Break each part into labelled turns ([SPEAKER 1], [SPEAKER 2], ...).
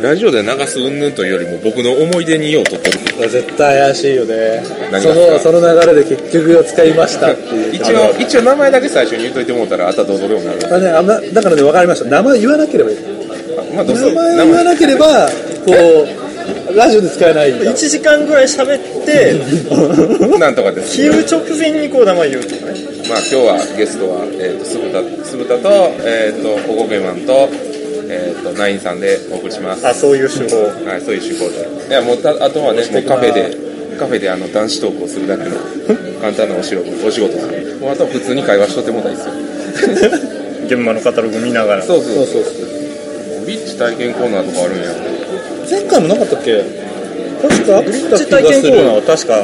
[SPEAKER 1] ラジオで流す云々というよりも僕の思い出にようとってる
[SPEAKER 2] 絶対怪しいよね
[SPEAKER 1] 何が
[SPEAKER 2] そのその流れで結局を使いましたっていう
[SPEAKER 1] 一応一応名前だけ最初に言っといてもうたらあとはどうぞでもなる
[SPEAKER 2] まあね、あんなだからね分かりました名前言わなければいい
[SPEAKER 1] まあどう
[SPEAKER 2] 名
[SPEAKER 1] ぞ
[SPEAKER 2] 前言わなければこうラジオで使えないんだ
[SPEAKER 3] 1時間ぐらい喋って
[SPEAKER 1] 名前なんとかです
[SPEAKER 3] 切る直前にこう名前言うとかね
[SPEAKER 1] まあ今日はゲストはえっ、と酢豚酢豚とえっ、とおこげまんとえっ、とナインさんでお送りします
[SPEAKER 3] あそういう手法
[SPEAKER 1] はいそういう手法でいやもうたあとはねもうカフェでカフェであの男子トークをするだ けの簡単なお仕事お仕事ですもうあとは普通に会話しとってもらいいですよ
[SPEAKER 3] 現場のカタログ見ながら
[SPEAKER 1] そうそ
[SPEAKER 2] そううそうそう
[SPEAKER 1] ビッチ体験コーナーとかあるんや
[SPEAKER 2] 前回もなかったっけ確かあった気がする
[SPEAKER 3] 体験コーナーは確か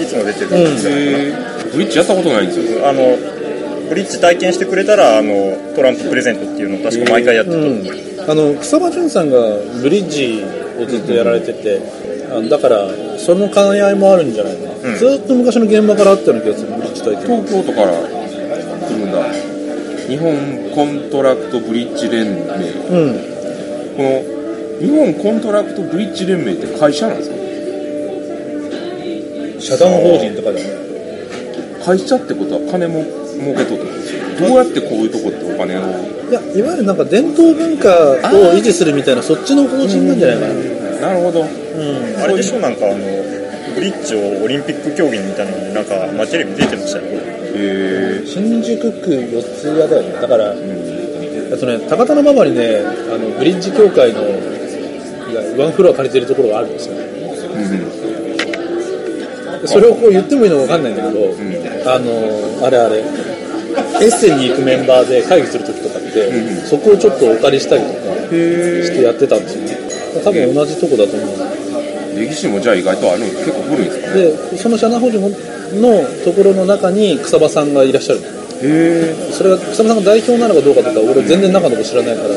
[SPEAKER 3] いつも出てるんですよ、
[SPEAKER 1] へーブリッジやったことないんですよ
[SPEAKER 3] あのブリッジ体験してくれたらあのトランププレゼントっていうのを確か毎回やってた、
[SPEAKER 2] うん、あの草間淳さんがブリッジをずっとやられてて、あのだからその兼ね合いもあるんじゃないかな、
[SPEAKER 3] うん
[SPEAKER 2] ずーっと昔の現場からあったような気がするブリッジ体験
[SPEAKER 1] 東京都から来るんだ日本コントラクトブリッジ連盟
[SPEAKER 2] うん
[SPEAKER 1] この日本コントラクトブリッジ連盟って会社なんですか
[SPEAKER 2] 社団法人とかだよね
[SPEAKER 1] 会社ってことは金も儲けとってことですよどうやってこういうとこってお金を
[SPEAKER 2] いやいわゆるなんか伝統文化を維持するみたいなそっちの法人なんじゃないかな
[SPEAKER 1] なるほど
[SPEAKER 2] うん
[SPEAKER 3] あれでしょなんかあのブリッジをオリンピック競技にみたいなのになんか、まあ、テレビ出てましたよ
[SPEAKER 1] へえ
[SPEAKER 2] 新宿区四谷だよねだから、あとね高田馬場にねあのブリッジ協会のいやワンフロア借りてるところがあるんですよそれをこう言ってもいいのか分かんないんだけど、あのあれあれエッセンに行くメンバーで会議するときとかって、そこをちょっとお借りしたりとかしてやってたんですよね多分同じとこだと思う
[SPEAKER 1] 歴史もじゃあ意外とあるん結構古いんですかね
[SPEAKER 2] でその社内法人のところの中に草場さんがいらっしゃる
[SPEAKER 1] へ
[SPEAKER 2] それが草間さんが代表なのかどうかとか俺全然中のこと知らないから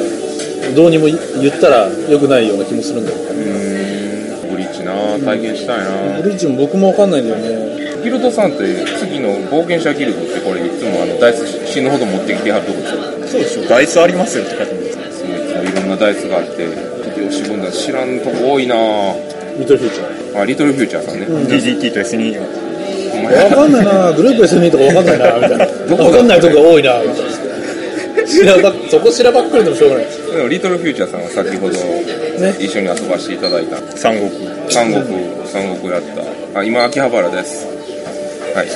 [SPEAKER 2] どうにも言ったら良くないような気もするんだけ
[SPEAKER 1] えブリッジな体験したいな
[SPEAKER 2] どブリッジも僕も分かんないんだよね
[SPEAKER 1] ギルドさんって次の冒険者ギルドってこれいつもあのダイス死ぬほど持ってきてはるとこですよ
[SPEAKER 3] そうでしょダイスありますよって書いてます
[SPEAKER 1] すごいいつもいろんなダイスがあってちょっと吉分だ知らんとこ多いな
[SPEAKER 2] ミトルフューチャ
[SPEAKER 1] あリトルフューチャーさんね、
[SPEAKER 3] DDT と SNE
[SPEAKER 1] お前
[SPEAKER 2] ー分かんないなグループ SNE とか分かんないなみたいな
[SPEAKER 1] どこだ
[SPEAKER 2] 分かんないとこが多いなみたいな知らばそこ知らばっかりでもしょうがないです
[SPEAKER 1] でもリトルフューチャーさんは先ほど一緒に遊ばせていただいた
[SPEAKER 3] 三国
[SPEAKER 1] 三国三国やったあ今秋葉原ですはい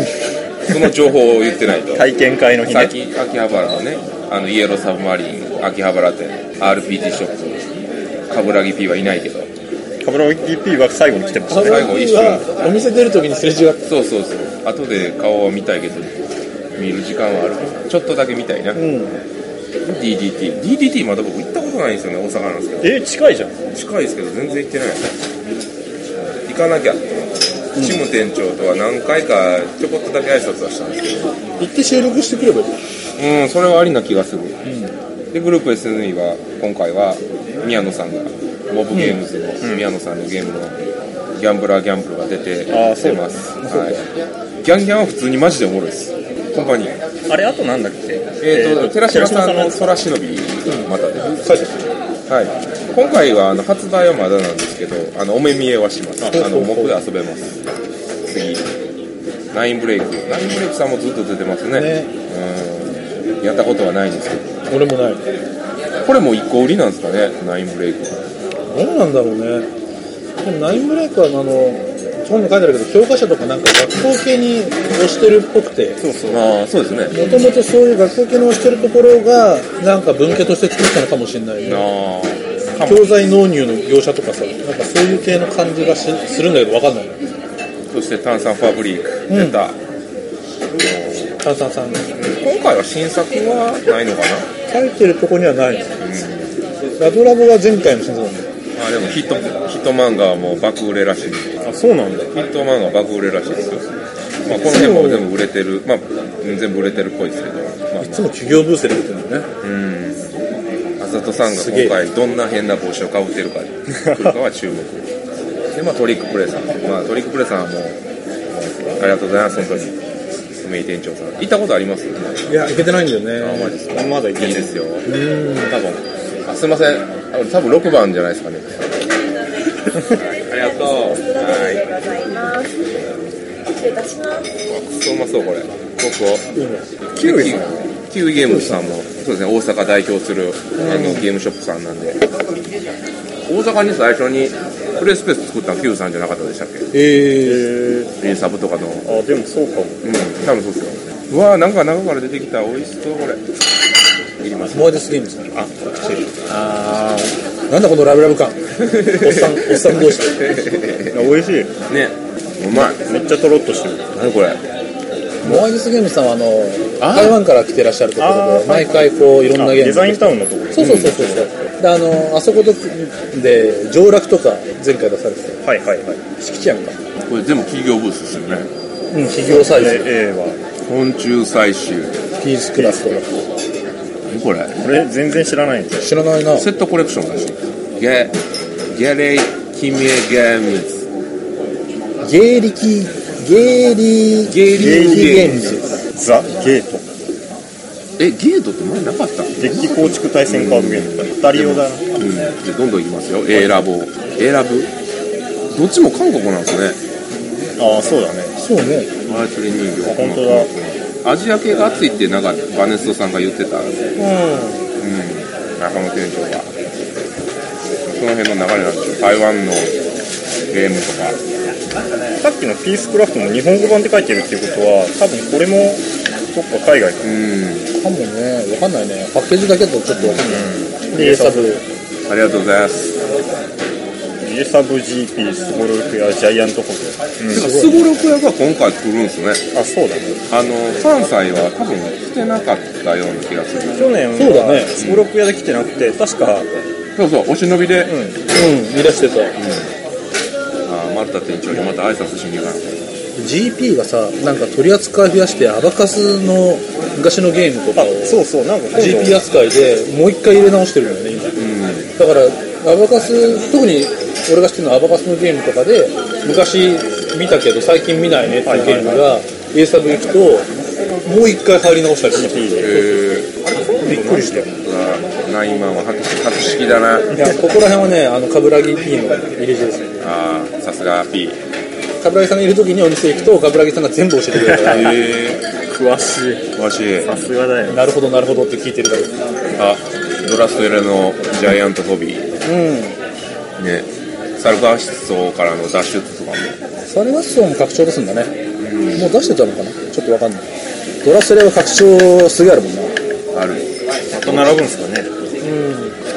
[SPEAKER 1] その情報を言ってないと
[SPEAKER 3] 体験会の日
[SPEAKER 1] さっ
[SPEAKER 3] ね
[SPEAKER 1] き秋葉原のねあのイエローサブマリン秋葉原店 RPG ショップ冠城 P はいないけど
[SPEAKER 3] カブラ DP は最後に来てました
[SPEAKER 2] 最
[SPEAKER 3] ね
[SPEAKER 1] 後一緒
[SPEAKER 2] はお店出るときにすれ違って
[SPEAKER 1] そうそうそう後で顔は見たいけど見る時間はあるかなちょっとだけ見たいな、DDT DDT まだ僕行ったことないんですよね大阪なんですけど
[SPEAKER 3] え近いじゃん
[SPEAKER 1] 近いですけど全然行ってない行かなきゃと思ってチム店長とは何回かちょこっとだけ挨拶はしたんですけど
[SPEAKER 2] 行って収録してくればいい
[SPEAKER 1] うんそれはありな気がする、でグループ SNE は今回は宮野さんがモブゲームズの宮野さんのゲームのギャンブラーギャンブルが出て
[SPEAKER 3] あー
[SPEAKER 1] 出てます、はい、ギャンギャンは普通にマジでおもろいですコンパニー
[SPEAKER 3] あれあとなんだっけ
[SPEAKER 1] えー、と寺島さんの
[SPEAKER 3] の
[SPEAKER 1] 空忍びまたで、はい、今回はあの発売はまだなんですけどあのお目見えはしますあの僕で遊べます次ナインブレイクナインブレイクさんもずっと出てますね
[SPEAKER 2] ね
[SPEAKER 1] うんやったことはないんですけど
[SPEAKER 2] 俺もない
[SPEAKER 1] これも一個売りなんですかねナインブレイク
[SPEAKER 2] どうなんだろうねでもナインブレイクはあの本に書いてあるけど教科書とかなんか学校系に押してるっぽくて
[SPEAKER 1] そうそうああそうですね
[SPEAKER 2] もともとそういう学校系の押してるところがなんか文系として作ったのかもしれないよね
[SPEAKER 1] ああかも
[SPEAKER 2] 教材納入の業者とかさなんかそういう系の感じがしするんだけど分かんない
[SPEAKER 1] そして炭酸ファブリック出た、
[SPEAKER 2] 炭酸さん
[SPEAKER 1] 今回は新作はないのかな
[SPEAKER 2] 書いてるとこにはないのラブラブは前回の新作なんだよ
[SPEAKER 1] あでもヒットヒット漫画はもう爆売れらしいあそうなんだヒット漫画は爆売れらしいですよ、まあ、この辺も全部売れてるまあうん全部売れてるっぽいですけど、ま
[SPEAKER 2] いつも企業ブースで出てるんだよね
[SPEAKER 1] あ、あざとさんが
[SPEAKER 2] すげえ
[SPEAKER 1] 今回どんな変な帽子をかぶってるか来るかは注目でまあトリックプレイさん、まあ、トリックプレイさんはもうありがとうございます本当に梅井店長さん行ったことあります
[SPEAKER 2] いやいけてないんだよ
[SPEAKER 1] あ
[SPEAKER 2] ね
[SPEAKER 1] まりですか
[SPEAKER 3] まだい
[SPEAKER 1] いい
[SPEAKER 3] け
[SPEAKER 1] で
[SPEAKER 3] る
[SPEAKER 1] すよ多分あすいませんあ多分6番じゃない ですかねありがとうはい
[SPEAKER 4] ございます。失礼いたします。
[SPEAKER 1] そううまそうこれ僕
[SPEAKER 2] いいね
[SPEAKER 1] をキウイキウイゲームズさんもそうですね大阪代表するあのゲームショップさんなんで大阪に最初にプレイスペース作ったのキウイさんじゃなかったでしたっけ
[SPEAKER 2] えー、
[SPEAKER 1] インサブとかのうん
[SPEAKER 3] あでもそうかも
[SPEAKER 1] 多分そうですようわーなんか中から出てきた美味しそうこれいります
[SPEAKER 2] モアデスゲームズ
[SPEAKER 3] あ
[SPEAKER 2] あーなんだこのラブラ ブ感おっさんおっさん同士
[SPEAKER 3] 美味しい
[SPEAKER 1] ねうまい
[SPEAKER 3] めっちゃとろっとしてる
[SPEAKER 1] 何これ
[SPEAKER 2] モアデスゲームズさんはあの
[SPEAKER 1] あー
[SPEAKER 2] 台湾から来てらっしゃるところ
[SPEAKER 3] あ
[SPEAKER 2] で
[SPEAKER 3] ー
[SPEAKER 2] 毎回こういろん
[SPEAKER 3] あ
[SPEAKER 2] なゲーム
[SPEAKER 3] デザインタウンのところ
[SPEAKER 2] そうそうそうそうそう、であのあそことで上洛とか前回出されてた
[SPEAKER 3] はいはいはい
[SPEAKER 2] 敷地やんか
[SPEAKER 1] これ全部企業ブースですよね
[SPEAKER 2] うん企業サイズ
[SPEAKER 3] A は
[SPEAKER 1] 昆虫採集
[SPEAKER 2] ピースクラスとか
[SPEAKER 1] 何これ
[SPEAKER 3] これ全然知らないんで
[SPEAKER 2] 知らないな
[SPEAKER 1] セットコレクションだしゲゲレイキミエゲームズ
[SPEAKER 2] 芸力芸力
[SPEAKER 1] 芸力
[SPEAKER 2] ゲームズ
[SPEAKER 3] ザ・ゲート
[SPEAKER 1] えゲートって前なかった
[SPEAKER 3] デッキ構築対戦カードゲームだダリオだな
[SPEAKER 1] うんじゃあどんどんいきますよ A ラボ A ラブどっちも韓国なんですね
[SPEAKER 3] ああそうだね
[SPEAKER 2] そうね
[SPEAKER 1] バーチャル人形
[SPEAKER 3] 本当だ
[SPEAKER 1] アジア系が熱いってなんかバネストさんが言ってたんで
[SPEAKER 2] う
[SPEAKER 1] うん中野店長がその辺の流れなんでしょう台湾のゲームとか
[SPEAKER 3] さっきのピースクラフトも日本語版って書いてるっていうことは多分これもどっか海外か
[SPEAKER 1] うん
[SPEAKER 2] んかもねわかんないねパッケージだけだとちょっとわかんないで A サブ
[SPEAKER 1] ありがとうございます
[SPEAKER 3] ゲサブ GP スゴロクやジャイアントホール、
[SPEAKER 1] てかスゴロク屋が今回来るんですね
[SPEAKER 3] うん、あそうだね
[SPEAKER 1] あの関西は多分来てなかったような気がする
[SPEAKER 3] 去年は
[SPEAKER 2] そうだね
[SPEAKER 3] スゴロク屋で来てなくて確か
[SPEAKER 1] そうそうお忍びで、
[SPEAKER 2] うんいらしてた
[SPEAKER 1] あー丸田店長にまた挨拶しに行かな
[SPEAKER 2] GP がさなんか取り扱い増やしてアバカスの昔のゲームとか
[SPEAKER 3] あ
[SPEAKER 2] を
[SPEAKER 3] そうそうなんか今度
[SPEAKER 2] GP 扱いでもう一回入れ直してるんだよね今だからアバカス特に俺が知ってるのはアバカスのゲームとかで昔見たけど最近見ないねっていうゲームが A サブ行くともう一回入り直したりしてる
[SPEAKER 3] GP で
[SPEAKER 1] え
[SPEAKER 3] びっくりしたよ
[SPEAKER 1] ー、ナインマンは博識博識だない
[SPEAKER 2] やここら辺はねあの冠城 P の入れ知ですね
[SPEAKER 1] あーさすが P
[SPEAKER 2] 冠城さんがいる時にお店行くと冠城さんが全部教えてくれる から
[SPEAKER 1] え
[SPEAKER 3] 詳しい
[SPEAKER 1] ー、詳しい
[SPEAKER 3] さすがだよ
[SPEAKER 2] なるほどなるほどって聞いてるだろう
[SPEAKER 1] あドラストエレのジャイアントホビー
[SPEAKER 2] うん
[SPEAKER 1] ねサルカ室からの脱出とかも
[SPEAKER 2] それはそうも拡張出すんだね、もう出してたのかなちょっとわかんないドラスレは拡張すげえあるもんな
[SPEAKER 1] ある
[SPEAKER 3] また並ぶんですかね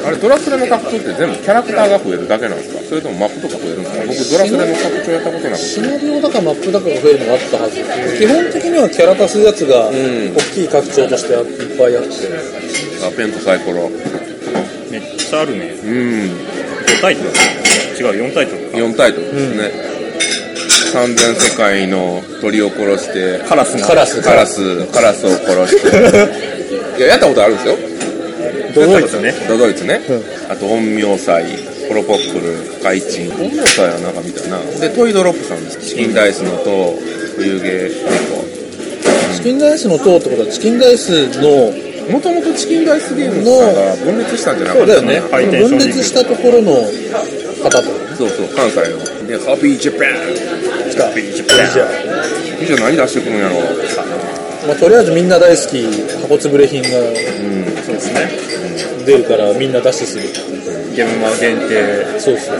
[SPEAKER 1] あれドラスレの拡張って全部キャラクターが増えるだけなんですかそれともマップとか増えるんですか僕ドラスレの拡張やったことなくて
[SPEAKER 2] シナリオだかマップだかが増えるのがあったはず基本的にはキャラ足すやつが
[SPEAKER 1] ん
[SPEAKER 2] 大きい拡張としていっぱいあって、
[SPEAKER 1] あペンとサイコロ
[SPEAKER 3] めっちゃあるね
[SPEAKER 1] うん
[SPEAKER 3] 5タイトル違う4タイトル
[SPEAKER 1] 4タイトルですね、三千世界の鳥を殺して
[SPEAKER 3] カラスが
[SPEAKER 2] カラス
[SPEAKER 1] カラスカラスを殺して いややったことあるんですよ
[SPEAKER 3] ドドイツね
[SPEAKER 1] ドドイツね、あと陰陽祭ホロコックル海鎮陰陽祭はなんか見たなでトイドロップさんですチキンダイスのと冬毛
[SPEAKER 2] チキンダイスの塔ってことはチキンダイスの
[SPEAKER 1] 猫もともとチキンダイスゲームさんが分裂したんじゃなか
[SPEAKER 2] そう
[SPEAKER 1] った
[SPEAKER 2] だよ
[SPEAKER 1] かな
[SPEAKER 2] ね
[SPEAKER 3] ハイテンション
[SPEAKER 2] 分裂したところの方と
[SPEAKER 1] そうそう関西のでハッピージャパン
[SPEAKER 2] 来た
[SPEAKER 3] いいじゃん
[SPEAKER 1] いいじゃん何出してくるんやろ
[SPEAKER 2] まあ、とりあえずみんな大好き箱つぶれ品が
[SPEAKER 3] そうですね
[SPEAKER 2] 出るからみんな出してする
[SPEAKER 3] ゲームマ限定
[SPEAKER 2] そうそうそう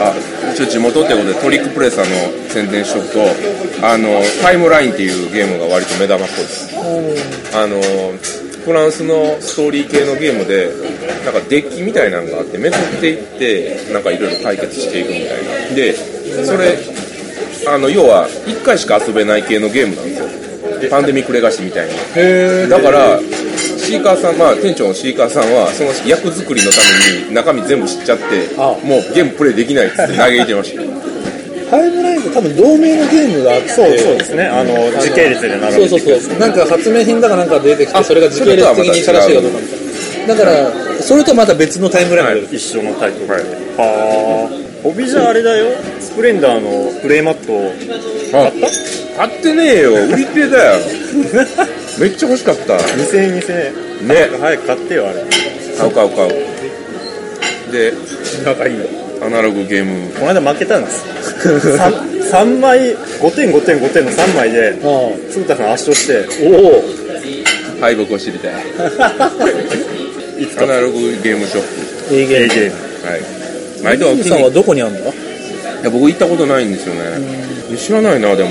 [SPEAKER 1] あ一応地元ってことでトリックプレイさんの宣伝しとくとあのタイムラインっていうゲームが割と目玉っぽいですあのフランスのストーリー系のゲームでなんかデッキみたいなのがあってめくっていってなんかいろいろ解決していくみたいなでそれあの要は1回しか遊べない系のゲームなんですよパンデミックレガシーみたいに
[SPEAKER 2] へ
[SPEAKER 1] だからシーカーさんまあ店長のシーカーさんはその役作りのために中身全部知っちゃって
[SPEAKER 2] ああ
[SPEAKER 1] もうゲームプレイできないっつって嘆いてました
[SPEAKER 2] タイムラインって多分同盟のゲームがあって
[SPEAKER 3] そうそうですねあの時系列で並
[SPEAKER 2] そう
[SPEAKER 3] べて
[SPEAKER 2] そうそうなんか発明品だかなんか出てきてそれが時系列的に正しいかどうかみたいなだからそれとまた別のタイムラインが出る
[SPEAKER 3] 一緒のタイトルではあホビじゃあれだよスプレンダーのプレイマットを
[SPEAKER 1] あ買ってねえよ売り手だよめっちゃ欲しかった
[SPEAKER 3] 2000円2000円
[SPEAKER 1] ね
[SPEAKER 3] 早く買ってよあれ
[SPEAKER 1] 買う買う買うで
[SPEAKER 3] 仲いいの
[SPEAKER 1] アナログゲーム
[SPEAKER 3] この間負けたんです 3, 枚5点5点5点の3枚で
[SPEAKER 2] ああお
[SPEAKER 3] 鶴田さん圧勝して
[SPEAKER 2] お
[SPEAKER 1] 敗北を知りたい
[SPEAKER 3] いつ
[SPEAKER 1] ア
[SPEAKER 3] か
[SPEAKER 1] ナログゲームショッ
[SPEAKER 2] A ゲ
[SPEAKER 3] A
[SPEAKER 2] ー
[SPEAKER 3] ゲーム
[SPEAKER 1] プはい毎度は
[SPEAKER 2] ム
[SPEAKER 1] き
[SPEAKER 2] さん
[SPEAKER 1] に
[SPEAKER 2] はどこにあるんだ
[SPEAKER 1] いや僕行ったことないんですよね知らないなでも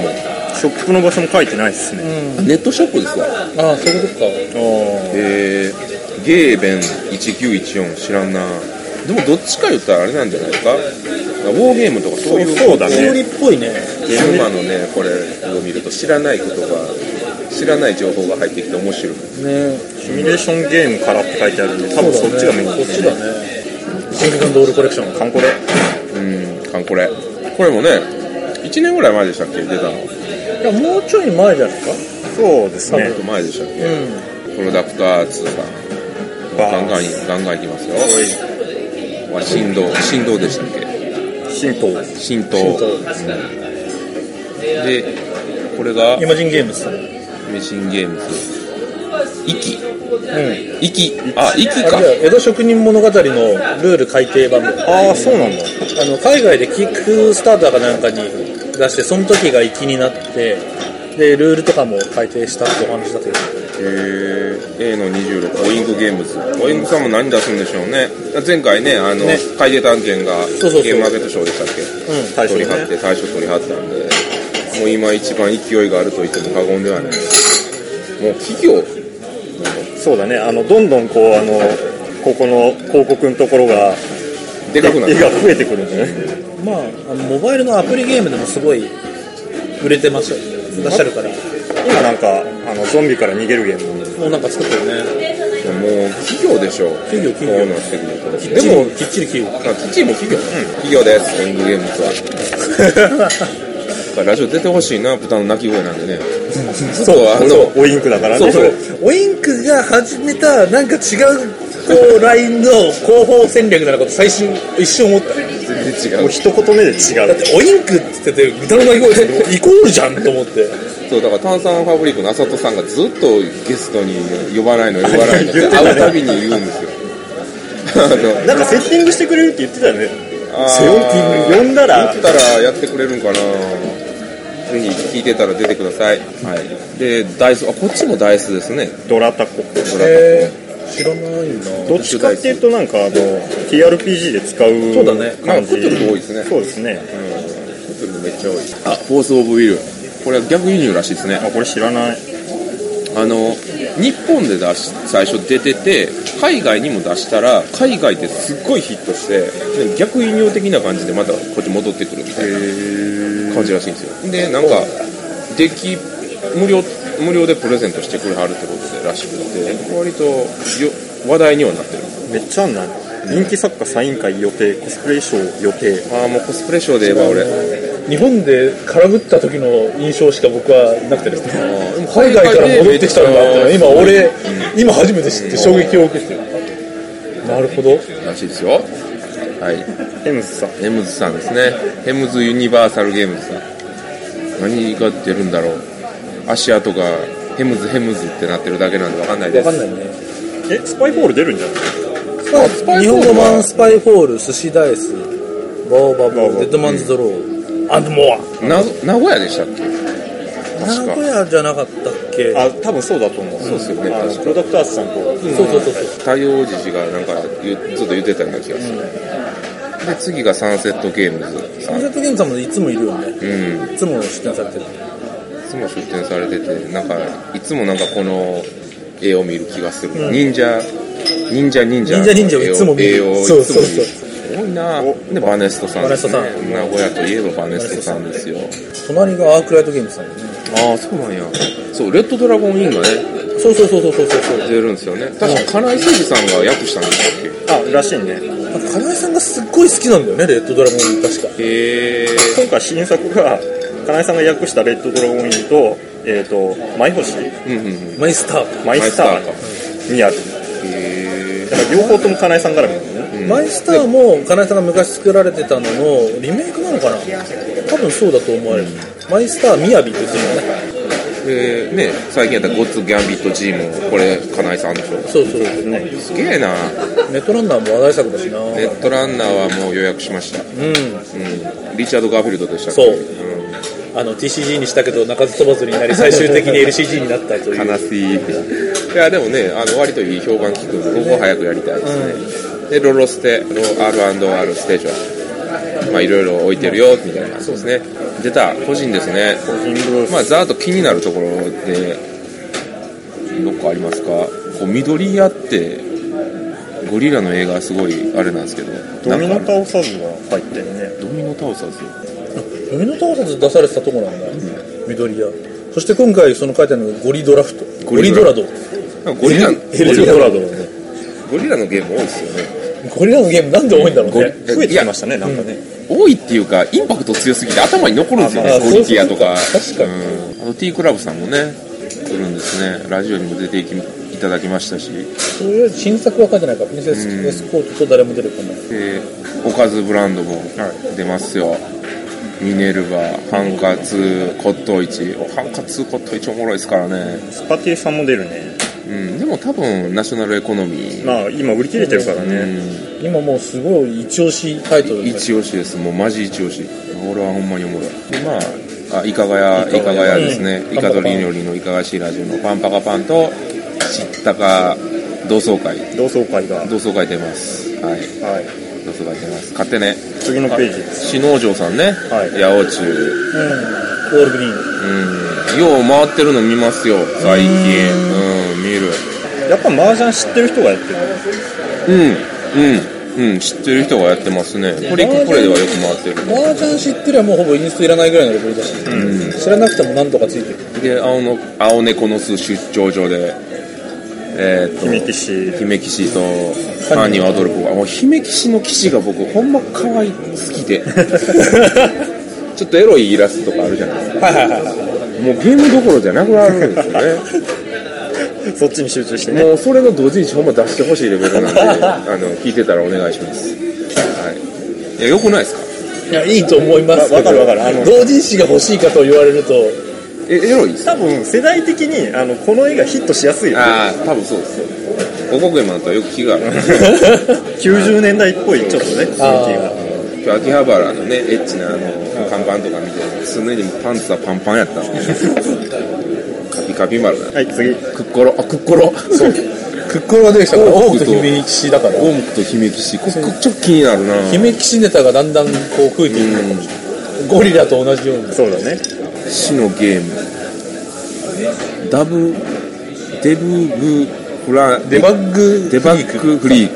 [SPEAKER 3] ショップの場所も書いてないですね
[SPEAKER 1] ネットショップですか
[SPEAKER 2] ああそういうことか
[SPEAKER 3] ああ
[SPEAKER 1] えー、ゲーベン1914知らんなでもどっちか言ったらあれなんじゃないですかウォーゲームとかそういう
[SPEAKER 3] そうだね
[SPEAKER 2] 氷っぽいね
[SPEAKER 1] ゲームマンのねこれを見ると知らないことが知らない情報が入ってきて面白い
[SPEAKER 2] ね
[SPEAKER 3] シミュレーションゲームからって書いてあるんで多分そっちがメイン
[SPEAKER 2] そ
[SPEAKER 3] で
[SPEAKER 2] っち
[SPEAKER 3] す
[SPEAKER 2] だ
[SPEAKER 3] ね
[SPEAKER 2] ね新ンドールコレクション
[SPEAKER 3] 観光で
[SPEAKER 1] うんかんこれこれもね1年ぐらい前でしたっけ出たのち
[SPEAKER 2] いやもうちょい前じゃないか
[SPEAKER 3] そうですね
[SPEAKER 1] ょっと前でしたっけ
[SPEAKER 2] う
[SPEAKER 1] プロダクトアーツさんガンガンガンガンいきますよは振動振動でしたっけ
[SPEAKER 3] 神道
[SPEAKER 1] 神道
[SPEAKER 2] んと
[SPEAKER 1] でこれが
[SPEAKER 2] イマジンゲームズさん
[SPEAKER 1] メシンゲームズ息
[SPEAKER 2] うん
[SPEAKER 1] 息あ息
[SPEAKER 2] あ
[SPEAKER 1] か
[SPEAKER 2] れだよ江戸職人物語のルール改訂版あ
[SPEAKER 3] ああそうなんだ
[SPEAKER 2] の海外でキックスターターかなんかに出してその時が粋になってでルールとかも改訂したってお話だけど
[SPEAKER 1] えー A の26オインクゲームズオインクさんも何出すんでしょうね前回ねあの
[SPEAKER 2] ね
[SPEAKER 1] 海底探検が
[SPEAKER 2] そうそう
[SPEAKER 1] ゲームマーケットショーでしたっけ
[SPEAKER 2] うん
[SPEAKER 3] 大将
[SPEAKER 1] 取
[SPEAKER 3] ね
[SPEAKER 1] り張って大賞取り張ったんでもう今一番勢いがあると言っても過言ではないもう企業
[SPEAKER 3] そうだねあのどんどんこうあのここの広告のところが
[SPEAKER 1] でかくなって
[SPEAKER 3] 絵が増えてくるんでね
[SPEAKER 2] まああのモバイルのアプリゲームでもすごい売れてますよいらっしゃるから
[SPEAKER 3] 今なんかあのゾンビから逃げるゲーム
[SPEAKER 2] もうなんか作ってるね
[SPEAKER 1] もう企業でしょ
[SPEAKER 2] 企業企業
[SPEAKER 1] こうなってくると
[SPEAKER 2] で
[SPEAKER 1] でも
[SPEAKER 2] もきっちり切る
[SPEAKER 1] あキッチンも企業、企業です、エングゲームズは。だからラジオ出てほしいな、豚の鳴き声なんでね。そう、あの、
[SPEAKER 3] オインクだから
[SPEAKER 2] そ
[SPEAKER 3] ね
[SPEAKER 2] うそうオインクが始めたなんか違うこうラインの広報戦略なのかと最初一瞬思った
[SPEAKER 1] 全然違
[SPEAKER 3] もう
[SPEAKER 1] う。
[SPEAKER 3] 一言目で違
[SPEAKER 2] だっ
[SPEAKER 3] う
[SPEAKER 2] てオインクって言ってて豚の鳴き声でイコールじゃんと思って
[SPEAKER 1] そう、だから炭酸ファブリックのあさとさんがずっとゲストに呼ばないの、呼ばないのって
[SPEAKER 3] 言ってたね
[SPEAKER 1] 会うたびに言うんですよ。あの
[SPEAKER 3] なんかセッティングしてくれるって言ってたよね
[SPEAKER 1] あー
[SPEAKER 3] セオンティング呼んだら
[SPEAKER 1] 言ったらやってくれるんかなぜひ聞いてたら出てください。はい。で、ダイス、あ、こっちもダイスですね。
[SPEAKER 3] ドラタ
[SPEAKER 1] ド
[SPEAKER 3] コ
[SPEAKER 1] ラ
[SPEAKER 2] へえ知らない
[SPEAKER 3] どっちかっていうとなんかあの TRPG で使う
[SPEAKER 2] そうだね
[SPEAKER 1] なん
[SPEAKER 3] 感
[SPEAKER 1] か凝って
[SPEAKER 3] じ
[SPEAKER 1] るの多いですね
[SPEAKER 3] そうですね
[SPEAKER 1] めっちゃ多い。あ、フォースオブウィル。これは逆輸入らしいですね。
[SPEAKER 3] あこれ知らない
[SPEAKER 1] あの日本で出し最初出てて海外にも出したら海外ってすっごいヒットしてで逆輸入的な感じでまたこっち戻ってくるみたいな感じらしいんですよでなんかデッキ無料無料でプレゼントしてくれはるってことでらしくて割とよ話題にはなってる
[SPEAKER 3] めっちゃあんな人気作家サイン会予定コスプレ賞予定
[SPEAKER 1] ああもうコスプレショーで言えば俺
[SPEAKER 2] の日本で空振った時の印象しか僕はなくてですね海外から戻ってきたんだって今俺今初めて知って衝撃を受けてなるほど
[SPEAKER 1] らしいですよはい
[SPEAKER 3] エムズさん
[SPEAKER 1] ヘムズさんですねヘムズユニバーサルゲームズさん何が出るんだろう足跡がヘムズヘムズってなってるだけなんでわかんないで
[SPEAKER 2] 分
[SPEAKER 1] す
[SPEAKER 2] かんないね
[SPEAKER 3] えスパイフォール出るんじゃない
[SPEAKER 2] 日本語版スパイフォール、寿司ダイス、バオバブ、
[SPEAKER 3] バオバブ
[SPEAKER 2] デッドマンズドロー、アンドモ
[SPEAKER 1] な名古屋でしたっけ
[SPEAKER 2] ア。
[SPEAKER 1] 確
[SPEAKER 2] 名
[SPEAKER 1] か
[SPEAKER 2] 古屋じゃなかったっけ
[SPEAKER 3] あ多分そうだと思うそう
[SPEAKER 1] ですよね確か
[SPEAKER 3] プロダクターズさんと
[SPEAKER 2] そうそうそうそう。
[SPEAKER 1] 太陽じじがなんか言うずっと言ってたような気がする、で次がサンセットゲームズさ
[SPEAKER 2] コ
[SPEAKER 1] んう
[SPEAKER 2] ンセプトゲームさんもいつもいるよね。
[SPEAKER 1] ん
[SPEAKER 2] いつも出展されて
[SPEAKER 1] い
[SPEAKER 2] る。
[SPEAKER 1] つも出展されててなんかいつもなんかこの絵を見る気がする、忍者忍者忍者
[SPEAKER 2] 忍者忍者をいつも見る
[SPEAKER 1] 絵を絵を
[SPEAKER 2] そうそう
[SPEAKER 1] いつも見る多いな
[SPEAKER 3] お
[SPEAKER 1] でバネストさんです、ね、
[SPEAKER 2] バネストさん
[SPEAKER 1] 名古屋といえばバネストさんですよ
[SPEAKER 2] 隣がアークライトゲームズさんだよね。
[SPEAKER 1] ああそうなんやそうレッドドラゴンインがね
[SPEAKER 2] そうそうそうそうそうそう。
[SPEAKER 1] 出るんですよね確か金井誠司さんが訳したんですっ
[SPEAKER 3] あらしいね
[SPEAKER 2] なんか金井さんがすっごい好きなんだよね、レッドドラゴン確か。
[SPEAKER 1] けへえ
[SPEAKER 3] 今回新作が金井さんが訳した「レッドドラゴンインと」えっ、と「舞星」
[SPEAKER 1] うんうんうん
[SPEAKER 2] マイスターか。
[SPEAKER 3] 「マイスター」にある
[SPEAKER 1] へ
[SPEAKER 3] だから両方とも金井さん絡みなんだね
[SPEAKER 2] マイスターも金井さんが昔作られてたののリメイクなのかな多分そうだと思われる。マイスターみやびって言ってるよね。
[SPEAKER 1] えでね、最近やったゴッツ・ギャンビット・ジーもこれ、金井さんでしょ。
[SPEAKER 2] そうそうですね
[SPEAKER 1] すげえな。
[SPEAKER 2] ネットランナーも話題作だしな
[SPEAKER 1] ネットランナーはもう予約しました。
[SPEAKER 2] うん
[SPEAKER 1] うん、リチャード・ガーフィルドでしたっけ
[SPEAKER 2] そうんあの TCG にしたけど鳴かず飛ばずになり最終的に LCG になったという
[SPEAKER 1] 悲しいいやでもねあの割といい評判聞くんでここ早くやりたいですね、でロロステロ R&R ステージはまあいろいろ置いてるよみたいなそうですね出た個人ですね
[SPEAKER 3] 個人ブース、
[SPEAKER 1] まあざーっと気になるところでどこありますかこう緑屋ってゴリラの映画すごいあれなんですけど
[SPEAKER 3] ドミ
[SPEAKER 1] な
[SPEAKER 3] ノ
[SPEAKER 1] んか
[SPEAKER 3] 倒さずが入ってるね
[SPEAKER 1] ドミノ倒さず
[SPEAKER 2] 読みの盗撮出されてたとこなんだ、緑屋そして今回その書いてあるのがゴリドラフトゴ
[SPEAKER 1] ゴリ
[SPEAKER 2] リ
[SPEAKER 1] ド
[SPEAKER 2] ド
[SPEAKER 1] ラ
[SPEAKER 2] ラド
[SPEAKER 1] ゴリラ
[SPEAKER 2] ヘルジドラドね
[SPEAKER 1] ゴリラのゲーム多いですよね
[SPEAKER 2] ゴリラのゲームなんで多いんだろう
[SPEAKER 3] これ
[SPEAKER 2] ね
[SPEAKER 3] 増えてきましたねなんかね、
[SPEAKER 1] 多いっていうかインパクト強すぎて頭に残るんですよ
[SPEAKER 2] あ
[SPEAKER 1] ね
[SPEAKER 2] まあ
[SPEAKER 1] ゴリティアとか
[SPEAKER 2] そうそう
[SPEAKER 1] うんあの T クラブさんもね来るんですねラジオにも出ていきいただきましたし
[SPEAKER 2] とりあえず新作は書いてないからプリンセスエスコートと誰も出るかな
[SPEAKER 1] でおかずブランドも出ますよ、ミネルヴァハンカツ骨董市おハンカツ骨董市おもろいですからね、
[SPEAKER 3] スパティさんも出るね
[SPEAKER 1] うん、でも多分ナショナルエコノミー、
[SPEAKER 3] まあ今売り切れてるから
[SPEAKER 1] う
[SPEAKER 3] ね、
[SPEAKER 1] ん、
[SPEAKER 2] 今もうすごい一押しタイトルだね
[SPEAKER 1] 一押しですもうマジ一押し俺はほんまにおもろいでまああいかがやいかがやですね、
[SPEAKER 2] うん
[SPEAKER 1] イカとりのりのいかがしいラジオのパンパカパンと知ったか同窓会
[SPEAKER 3] 同窓会が、は
[SPEAKER 1] 同窓会出ますはい
[SPEAKER 3] い、
[SPEAKER 1] 同窓会出ます買ってね
[SPEAKER 3] 次のページです
[SPEAKER 1] 志能城さんね、
[SPEAKER 3] はい
[SPEAKER 1] 八百中
[SPEAKER 2] うんオールグリーン
[SPEAKER 1] うん、よう回ってるの見ますよ最近うん見る
[SPEAKER 3] やっぱ麻雀知ってる人がやってる
[SPEAKER 1] うんうんうん知ってる人がやってますねトリックプレイではよく回ってる
[SPEAKER 2] マージャン知ってりゃもうほぼインストいらないぐらいのレベルだし、知らなくてもなんとかついてる
[SPEAKER 1] で青の青猫の巣出張所でえー、っと
[SPEAKER 3] 姫騎士
[SPEAKER 1] 姫騎士とハンニーは踊る子がもう姫騎士の騎士が僕ほんま可愛い好き でちょっとエロいイラストとかあるじゃないですかもうゲームどころじゃなくなるんですよね
[SPEAKER 3] そっちに集中して ね
[SPEAKER 1] もうそれの同時にほんま出してほしいレベルなんで あの聞いてたらお願いします、はい、いやよくないですか
[SPEAKER 2] いやいいと思いますけど
[SPEAKER 3] わわかるわかるあの
[SPEAKER 2] 同人誌が欲しいかと言われると
[SPEAKER 1] えエロいです
[SPEAKER 3] 多分世代的にあのこの絵がヒットしやすいよね
[SPEAKER 1] ああ多分そうですよ五国マンとはよく気 がある
[SPEAKER 3] 90年代っぽいちょっとね雰囲気が
[SPEAKER 1] 今日秋葉原のねエッチなあの看板とか見てすねにパンツはパンパンや ったんですよカピカピ丸だ
[SPEAKER 3] はい次
[SPEAKER 1] クッコロあクッコロそう
[SPEAKER 2] クッコロが出てきたから
[SPEAKER 1] オ
[SPEAKER 2] オ
[SPEAKER 1] ウ
[SPEAKER 2] ウ
[SPEAKER 1] ム
[SPEAKER 2] ム
[SPEAKER 1] と
[SPEAKER 2] と姫岸だから
[SPEAKER 1] ゴムと姫騎士ここちょっと気になるな
[SPEAKER 2] 姫岸ネタがだんだんこう増えていくのかもしれないゴリラと同じように
[SPEAKER 3] そうだね
[SPEAKER 1] 死のゲームダブデブブフラデ
[SPEAKER 2] デバッグ
[SPEAKER 1] デバッグフリー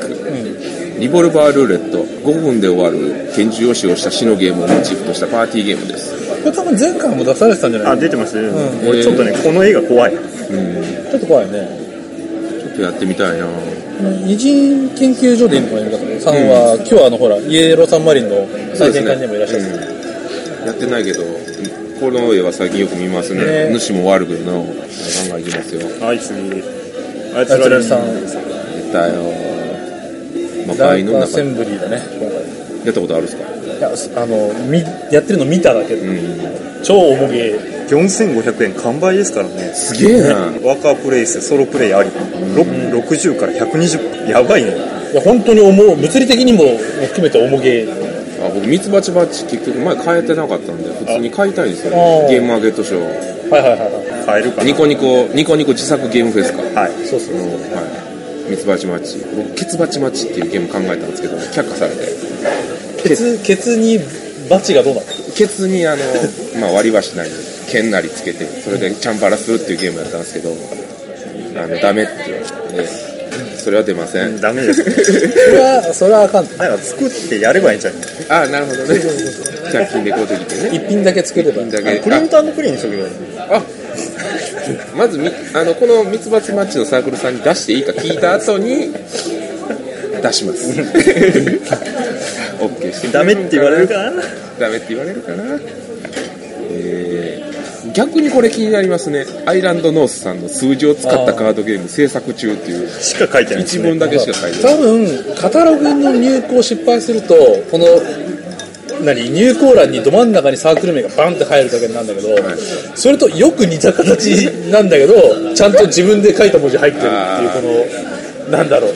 [SPEAKER 1] ク、リボルバールーレット5分で終わる拳銃を使用した死のゲームをモチーフとしたパーティーゲームです
[SPEAKER 2] これ多分前回も出されてたんじゃな
[SPEAKER 3] あ
[SPEAKER 2] い
[SPEAKER 3] 出てます、
[SPEAKER 2] ん
[SPEAKER 3] 俺ちょっとねこの絵が怖い
[SPEAKER 2] ちょっと怖いね
[SPEAKER 1] ちょっとやってみたいな
[SPEAKER 2] 二人研究所で今からいる方さんは、今日あのほらイエローサンマリンの最前館にもいらっしゃる
[SPEAKER 1] そうですねうんやってないけどこの絵は最近よく見ますね
[SPEAKER 2] ね
[SPEAKER 1] 主も悪くなガンガンいきますよ
[SPEAKER 3] はい次あい
[SPEAKER 2] あ
[SPEAKER 3] つ
[SPEAKER 2] つら
[SPEAKER 3] ら
[SPEAKER 2] れ
[SPEAKER 3] に
[SPEAKER 2] さん
[SPEAKER 1] 出たよ魔
[SPEAKER 2] ラ
[SPEAKER 1] 界
[SPEAKER 2] イ
[SPEAKER 1] の
[SPEAKER 2] ブ
[SPEAKER 1] 中
[SPEAKER 2] アセ
[SPEAKER 1] で
[SPEAKER 2] ンブリーだね今回
[SPEAKER 1] やったことあるっすか
[SPEAKER 2] いやすあのみやってるの見ただけで、
[SPEAKER 1] うん
[SPEAKER 2] 超重げ
[SPEAKER 3] 4500円完売ですからね
[SPEAKER 1] すげえな
[SPEAKER 3] ワーカープレイスソロプレイあり、六60から120やばいね
[SPEAKER 2] いや本当に重う物理的にも含めて重げ
[SPEAKER 1] あ僕ミツバチバッチ結局前買えてなかったんで普通に買いたいんですよ
[SPEAKER 2] あー
[SPEAKER 1] ゲームマーケットショー
[SPEAKER 2] はいはいはいは
[SPEAKER 3] 買えるかな
[SPEAKER 1] ニコニコニコニコ自作ゲームフェスか
[SPEAKER 3] はい
[SPEAKER 2] いそうそう
[SPEAKER 1] うん
[SPEAKER 2] そう
[SPEAKER 1] はいミツバチマッチ僕ケツバチマッチっていうゲーム考えたんですけど却下されて
[SPEAKER 2] ケツケツにバチがどうなの
[SPEAKER 1] ケツにあの、まあ、割り箸なり剣なりつけてそれでチャンバラするっていうゲームやったんですけどあのダメって言われてそれは出ません
[SPEAKER 3] ダメですね
[SPEAKER 2] それはそれはあかん
[SPEAKER 3] だから作ってやればいいんじゃない
[SPEAKER 1] ああなるほ どね100均でこうできてね
[SPEAKER 2] 一品だけ作れば
[SPEAKER 1] だ
[SPEAKER 3] あ
[SPEAKER 1] け
[SPEAKER 3] プリントプリンにしとけばいい
[SPEAKER 1] あまずみあのこのミツバチマッチのサークルさんに出していいか聞いた後に出します OK して
[SPEAKER 3] ダメって言われるかな
[SPEAKER 1] ダメって言われるかなえー逆にこれ気になりますねアイランドノースさんの数字を使ったカードゲーム制作中っていう
[SPEAKER 3] しか書いてないです
[SPEAKER 1] 一
[SPEAKER 3] ね
[SPEAKER 1] 文だけしか書いてない
[SPEAKER 2] 多分カタログの入稿失敗するとこの何入校欄にど真ん中にサークル名がバンって入るだけなんだけど、それとよく似た形なんだけどちゃんと自分で書いた文字入ってるっていうこのなんだろう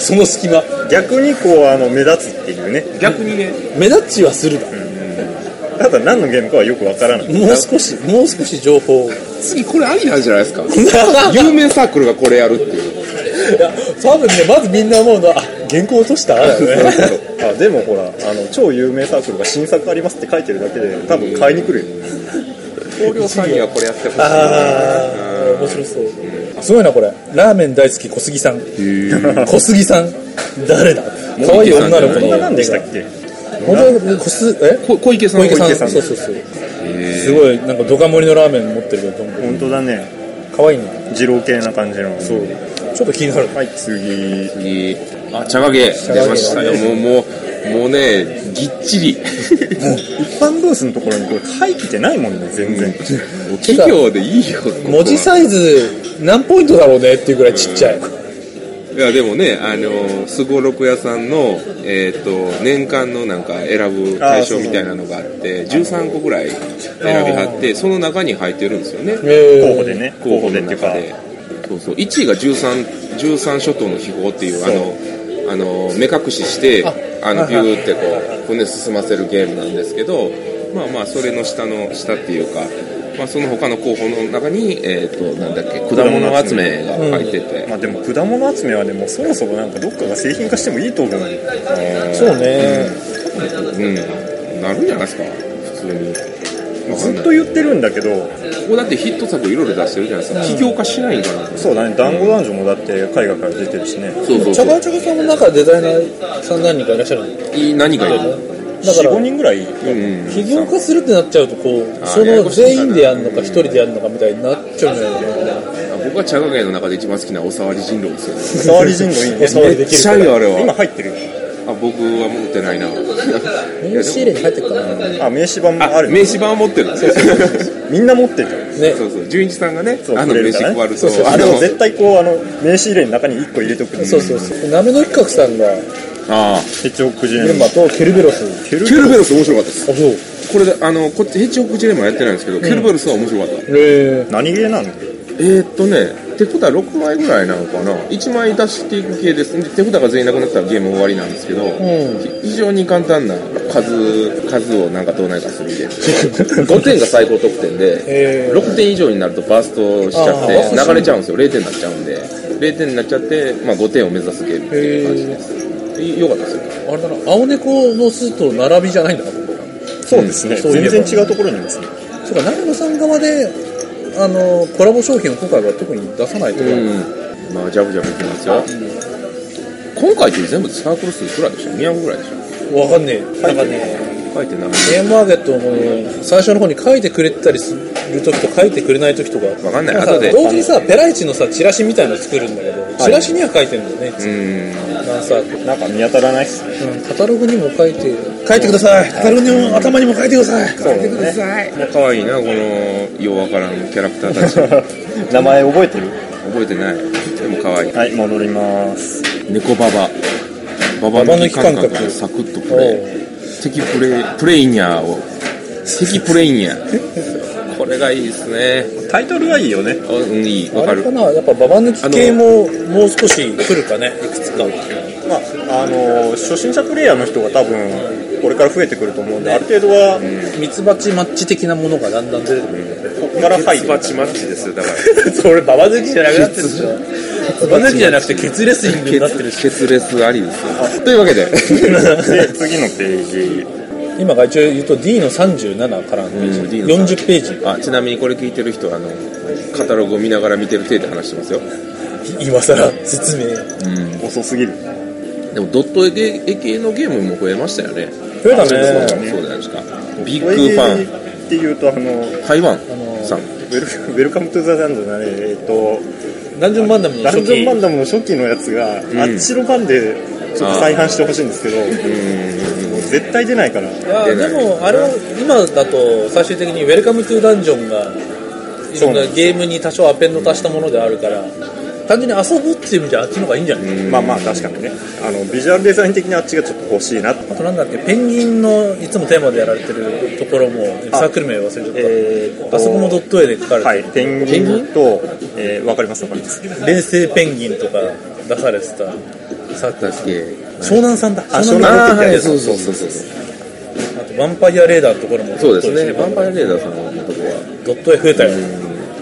[SPEAKER 2] その隙間
[SPEAKER 3] 逆にこうあの目立つっていうね
[SPEAKER 1] 逆にね、
[SPEAKER 2] 目立ちはするだ
[SPEAKER 3] ただ何のゲームかはよくわからない
[SPEAKER 2] もう少しもう少し情報を
[SPEAKER 1] 次これありなんじゃない ですか。
[SPEAKER 2] いや
[SPEAKER 1] 有名サークルがこれやるっていう。
[SPEAKER 2] 多分ねまずみんな思うのはあ原稿落と しただよね
[SPEAKER 3] あでもほらあの超有名サークルが新作ありますって書いてるだけで多分買いに来るよ
[SPEAKER 1] 高陵さんにはこれやってほしい。
[SPEAKER 2] ああ面白そうすごいなこれラーメン大好き小杉さん小杉さん誰だ可愛い女の子
[SPEAKER 1] そ
[SPEAKER 3] こ
[SPEAKER 1] ん
[SPEAKER 3] ん
[SPEAKER 2] の
[SPEAKER 3] な何でしたっけ
[SPEAKER 2] 本当に小すえ
[SPEAKER 1] こ小池さん
[SPEAKER 2] 小池さん
[SPEAKER 1] 小
[SPEAKER 2] そうそうそうすごいなんかドカ盛りのラーメン持ってるけどどんぶり
[SPEAKER 3] 本当だね
[SPEAKER 2] 可愛いな
[SPEAKER 3] 二郎系な感じのそう
[SPEAKER 2] ちょっと気になる
[SPEAKER 3] はい次
[SPEAKER 1] 次あ、茶影出ましたよ。もうもうもうねぎっち り。
[SPEAKER 3] 一般ブースのところにこれ書いてないもんね全然
[SPEAKER 1] もう企業でいいよ。ここは
[SPEAKER 2] 文字サイズ何ポイントだろうねっていうぐらいちっちゃい
[SPEAKER 1] いやでもね、あのすごろく屋さんの、えー、と年間のなんか選ぶ対象みたいなのがあって13個ぐらい選びはってその中に入ってるんですよね
[SPEAKER 3] 候補
[SPEAKER 2] え
[SPEAKER 3] でね候補でっていうか
[SPEAKER 1] そうそう1位が 13, 13諸島の秘宝っていうあのあの目隠ししてあのビューってこう船進ませるゲームなんですけどまあまあそれの下の下っていうか、まあ、その他の候補の中に、えー、となんだっけ果物集めが入ってて、
[SPEAKER 3] まあでも果物集めはでもそもそもなんかどっかが製品化してもいいと思う
[SPEAKER 2] ーそうね
[SPEAKER 1] うん、なるんじゃないですか、普通に。
[SPEAKER 3] ずっと言ってるんだけど
[SPEAKER 1] ここだってヒット作いろいろ出してるじゃないですか、起業化しないんかなと。
[SPEAKER 3] そうだね団子男女もだって海外から出てるしね
[SPEAKER 1] そうそう
[SPEAKER 2] チ
[SPEAKER 1] そ
[SPEAKER 2] ャカチャカさんも中デザイナーさん何人かいらっしゃるんだ
[SPEAKER 1] う。いい何がいいの
[SPEAKER 2] か
[SPEAKER 3] 45
[SPEAKER 2] ら
[SPEAKER 3] 人ぐらい
[SPEAKER 1] うん
[SPEAKER 2] 起業化するってなっちゃうとこ
[SPEAKER 1] あ
[SPEAKER 2] う
[SPEAKER 1] ー
[SPEAKER 2] そ
[SPEAKER 1] ややこ
[SPEAKER 2] の
[SPEAKER 1] しいな
[SPEAKER 2] 全員でやるのか一人でやるのかみたいになっちゃうんじゃないかな
[SPEAKER 1] 僕は茶加減の中で一番好きなおさわり人狼ですよね。
[SPEAKER 3] 触り人狼いいね
[SPEAKER 2] お触り
[SPEAKER 1] め
[SPEAKER 2] で
[SPEAKER 1] っ
[SPEAKER 2] きる
[SPEAKER 1] ち
[SPEAKER 2] か
[SPEAKER 1] ゃいい
[SPEAKER 2] ら
[SPEAKER 1] よ、あれ
[SPEAKER 3] 今
[SPEAKER 1] は。
[SPEAKER 3] 入ってるよ
[SPEAKER 1] あ、僕は持ってないな。いやで
[SPEAKER 2] 名刺入れに入ってるかなね
[SPEAKER 3] あ名刺版も
[SPEAKER 1] も
[SPEAKER 3] あ
[SPEAKER 1] あ
[SPEAKER 3] る
[SPEAKER 1] 名刺版は持ってる。そう
[SPEAKER 3] みんな持ってる
[SPEAKER 1] そうそう。純一さんがね
[SPEAKER 3] そ、う
[SPEAKER 1] あの
[SPEAKER 3] く
[SPEAKER 1] 名
[SPEAKER 3] れるか
[SPEAKER 1] 刺
[SPEAKER 3] らね
[SPEAKER 1] 配る
[SPEAKER 3] そ
[SPEAKER 1] と
[SPEAKER 3] うそう、
[SPEAKER 1] あ
[SPEAKER 3] あれ
[SPEAKER 1] の
[SPEAKER 3] を、絶対こうあの名刺入れの中に1個入れとく
[SPEAKER 2] そうそうそうなめの企画さんが
[SPEAKER 1] ああ。
[SPEAKER 3] 手帳くじ
[SPEAKER 2] メンバーとケルベロスあ
[SPEAKER 3] ケル
[SPEAKER 1] ケルベロス面白かったです。
[SPEAKER 2] そう
[SPEAKER 1] これで、あの、こっち、ヘッジホックジレもやってないんですけど、ケルベロスは面白かった。
[SPEAKER 2] え
[SPEAKER 3] 何ゲーなの
[SPEAKER 1] えー、っとね、手札6枚ぐらいなのかな、1枚出していく系です、で手札が全員なくなったらゲーム終わりなんですけど、ひ非常に簡単な数数をなんかどうないかするゲー ム5点が最高得点で、
[SPEAKER 2] へー
[SPEAKER 1] 6点以上になるとバーストしちゃ
[SPEAKER 2] あーバース
[SPEAKER 1] っ
[SPEAKER 2] トしちゃう
[SPEAKER 1] て、流れちゃうんですよ、0点になっちゃうんで、0点になっちゃって、まあ、5点を目指すゲームっていう感じです。でよかったですよ。
[SPEAKER 2] あれだな青猫の巣と並びじゃないんだな
[SPEAKER 3] そうですね
[SPEAKER 2] そういえば
[SPEAKER 3] 全然違うところにいますね
[SPEAKER 2] そうか長野さん側であのコラボ商品を今回は特に出さないとか、
[SPEAKER 1] うん。まあ、ジャブジャブいきますよ。今回って全部でサークル数いくらいでした ?200 ぐらいでした
[SPEAKER 2] わかんねえなんかね
[SPEAKER 1] 書いてなかった
[SPEAKER 2] ゲームマーケットの最初の方に書いてくれてたりする時と書いてくれない時とか
[SPEAKER 1] わかんない
[SPEAKER 2] さ
[SPEAKER 1] 後で
[SPEAKER 2] 同時にさペライチのさチラシみたいの作るんだけど、チラシには書いてるんだよね、
[SPEAKER 1] うん。
[SPEAKER 2] なんさ
[SPEAKER 3] なんか見当たらないっすね
[SPEAKER 2] うんカタログにも書いて書いてくださいカタログにも頭にも書いてください書いてください
[SPEAKER 1] まあ、可愛いなこのようわからんキャラクター たち覚
[SPEAKER 3] 名前覚えてる
[SPEAKER 1] えてないでも可愛い
[SPEAKER 3] はい戻ります
[SPEAKER 1] 猫ババババ
[SPEAKER 2] ババ
[SPEAKER 1] 抜
[SPEAKER 2] 抜
[SPEAKER 1] き
[SPEAKER 2] き
[SPEAKER 1] 感
[SPEAKER 2] 感
[SPEAKER 1] 覚
[SPEAKER 2] 覚
[SPEAKER 1] がサクッとプレイ敵プレイプレイヤーを敵プレイヤーこれがいいですね
[SPEAKER 3] タイトルはいいよね
[SPEAKER 1] あうんいいわ
[SPEAKER 2] あ
[SPEAKER 1] か
[SPEAKER 2] れか
[SPEAKER 1] る
[SPEAKER 2] なやっぱババ抜き系ももう少し来るかねいくつかは
[SPEAKER 3] まああの初心者プレイヤーの人が多分これから増えてくると思うんである程度は
[SPEAKER 2] ミツバチマッチ的なものがだんだん出てくる
[SPEAKER 3] ここから入
[SPEAKER 1] ミツ
[SPEAKER 3] る
[SPEAKER 1] バチマッチですよだから
[SPEAKER 2] それババ抜きじゃなくなってるでしょ ババ抜きじゃなくてケツレスリングになってるし
[SPEAKER 1] ケツレスありです よというわけで
[SPEAKER 3] で次のページ
[SPEAKER 2] 今が一応言うと D の37からのページ、
[SPEAKER 1] うん
[SPEAKER 2] 40ページ
[SPEAKER 1] あちなみにこれ聞いてる人はあのカタログを見ながら見てる体で話してますよ
[SPEAKER 2] 今さら説明
[SPEAKER 3] 遅すぎる
[SPEAKER 1] でもドット絵系のゲームも増えましたよね
[SPEAKER 2] 増えた
[SPEAKER 1] そうじゃ
[SPEAKER 2] ね
[SPEAKER 1] ないですか。ビッグファン、
[SPEAKER 3] ンっていうとあのウェ
[SPEAKER 1] 台湾さん。
[SPEAKER 3] ルウェルカムトゥザダンジョンじゃないえっと
[SPEAKER 2] ダンジョンバンダムの
[SPEAKER 3] ダン
[SPEAKER 2] 初
[SPEAKER 3] ジョン
[SPEAKER 2] 期
[SPEAKER 3] バンダムの初期のやつが、
[SPEAKER 1] ん
[SPEAKER 3] あっちの版でちょっと再販してほしいんですけど、もう絶対出ないから、
[SPEAKER 2] いや
[SPEAKER 1] 出な
[SPEAKER 2] で
[SPEAKER 1] い
[SPEAKER 2] もあれは今だと最終的に「ウェルカムトゥダンジョン」がいろんなゲームに多少アペンド足したものであるから単純に遊ぶっていう意味じゃあっちの方がいいんじゃない、
[SPEAKER 3] まあまあ確かにねあのビジュアルデザイン的にあっちがちょっと欲しいな
[SPEAKER 2] あとなんだっけペンギンのいつもテーマでやられてるところもサークル名忘れちゃった、
[SPEAKER 3] えーっと
[SPEAKER 2] あそこもドット絵で書かれて
[SPEAKER 3] は
[SPEAKER 2] る、
[SPEAKER 3] いペンギンと、えー、わかりますわかります
[SPEAKER 2] 冷静ペンギンとか出されてた
[SPEAKER 1] さっっけ
[SPEAKER 2] 湘南さんだ
[SPEAKER 3] あ
[SPEAKER 2] 湘南
[SPEAKER 3] 湘南
[SPEAKER 1] ああ
[SPEAKER 3] の時
[SPEAKER 1] は
[SPEAKER 3] や
[SPEAKER 1] い
[SPEAKER 3] つ
[SPEAKER 1] そうそうそうそう
[SPEAKER 2] あとヴァンパイアレーダーのところも
[SPEAKER 1] そうですねヴ
[SPEAKER 2] ド
[SPEAKER 1] ァ
[SPEAKER 2] ッ
[SPEAKER 1] ン
[SPEAKER 2] ト
[SPEAKER 1] パイアレーダーさんのとこは
[SPEAKER 2] 絵ドット絵増えたよ、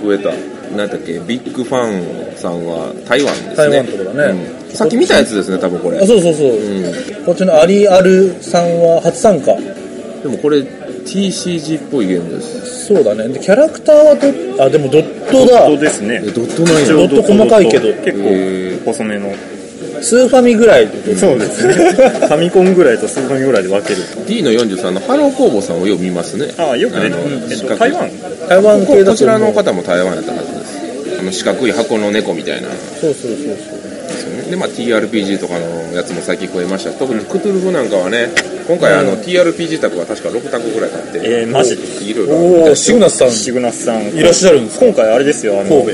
[SPEAKER 1] 増えた何だっけビッグファンさんは台湾ですね
[SPEAKER 2] 台湾とかだね
[SPEAKER 1] うんさっき見たやつですね多分これ
[SPEAKER 2] あそうそうそう、こっちのアリアルさんは初参加
[SPEAKER 1] でもこれ TCG っぽいゲームです
[SPEAKER 2] そうだねでキャラクターはドあでもドットだ
[SPEAKER 3] 本当ですね
[SPEAKER 1] えドットなん
[SPEAKER 2] ち
[SPEAKER 1] や
[SPEAKER 2] ょっと細かいけど
[SPEAKER 3] 結構細めの
[SPEAKER 2] スーファミぐらいで
[SPEAKER 3] そうですね ファミコンぐらいとスーファミぐらいで分ける
[SPEAKER 1] D の43のハロー工房さんをよく見ますね
[SPEAKER 3] ああよくね
[SPEAKER 1] あの、
[SPEAKER 3] えっ
[SPEAKER 1] 四
[SPEAKER 3] と、
[SPEAKER 1] 角い
[SPEAKER 3] 台湾
[SPEAKER 2] 台湾系だと思う
[SPEAKER 1] こちらの方も台湾やったはずですあの四角い箱の猫みたいな
[SPEAKER 2] そうそうそうそう
[SPEAKER 1] でまあ、TRPG とかのやつも最近増えました特にクトゥルフなんかはね今回あの、TRPG 卓は確か6卓ぐらい買って
[SPEAKER 3] えーマジ
[SPEAKER 1] いろいろ
[SPEAKER 2] おおシグナスさん
[SPEAKER 3] シグナスさん
[SPEAKER 2] いらっしゃるんですか
[SPEAKER 3] 今回あれですよあ
[SPEAKER 2] 神
[SPEAKER 3] の
[SPEAKER 2] 戸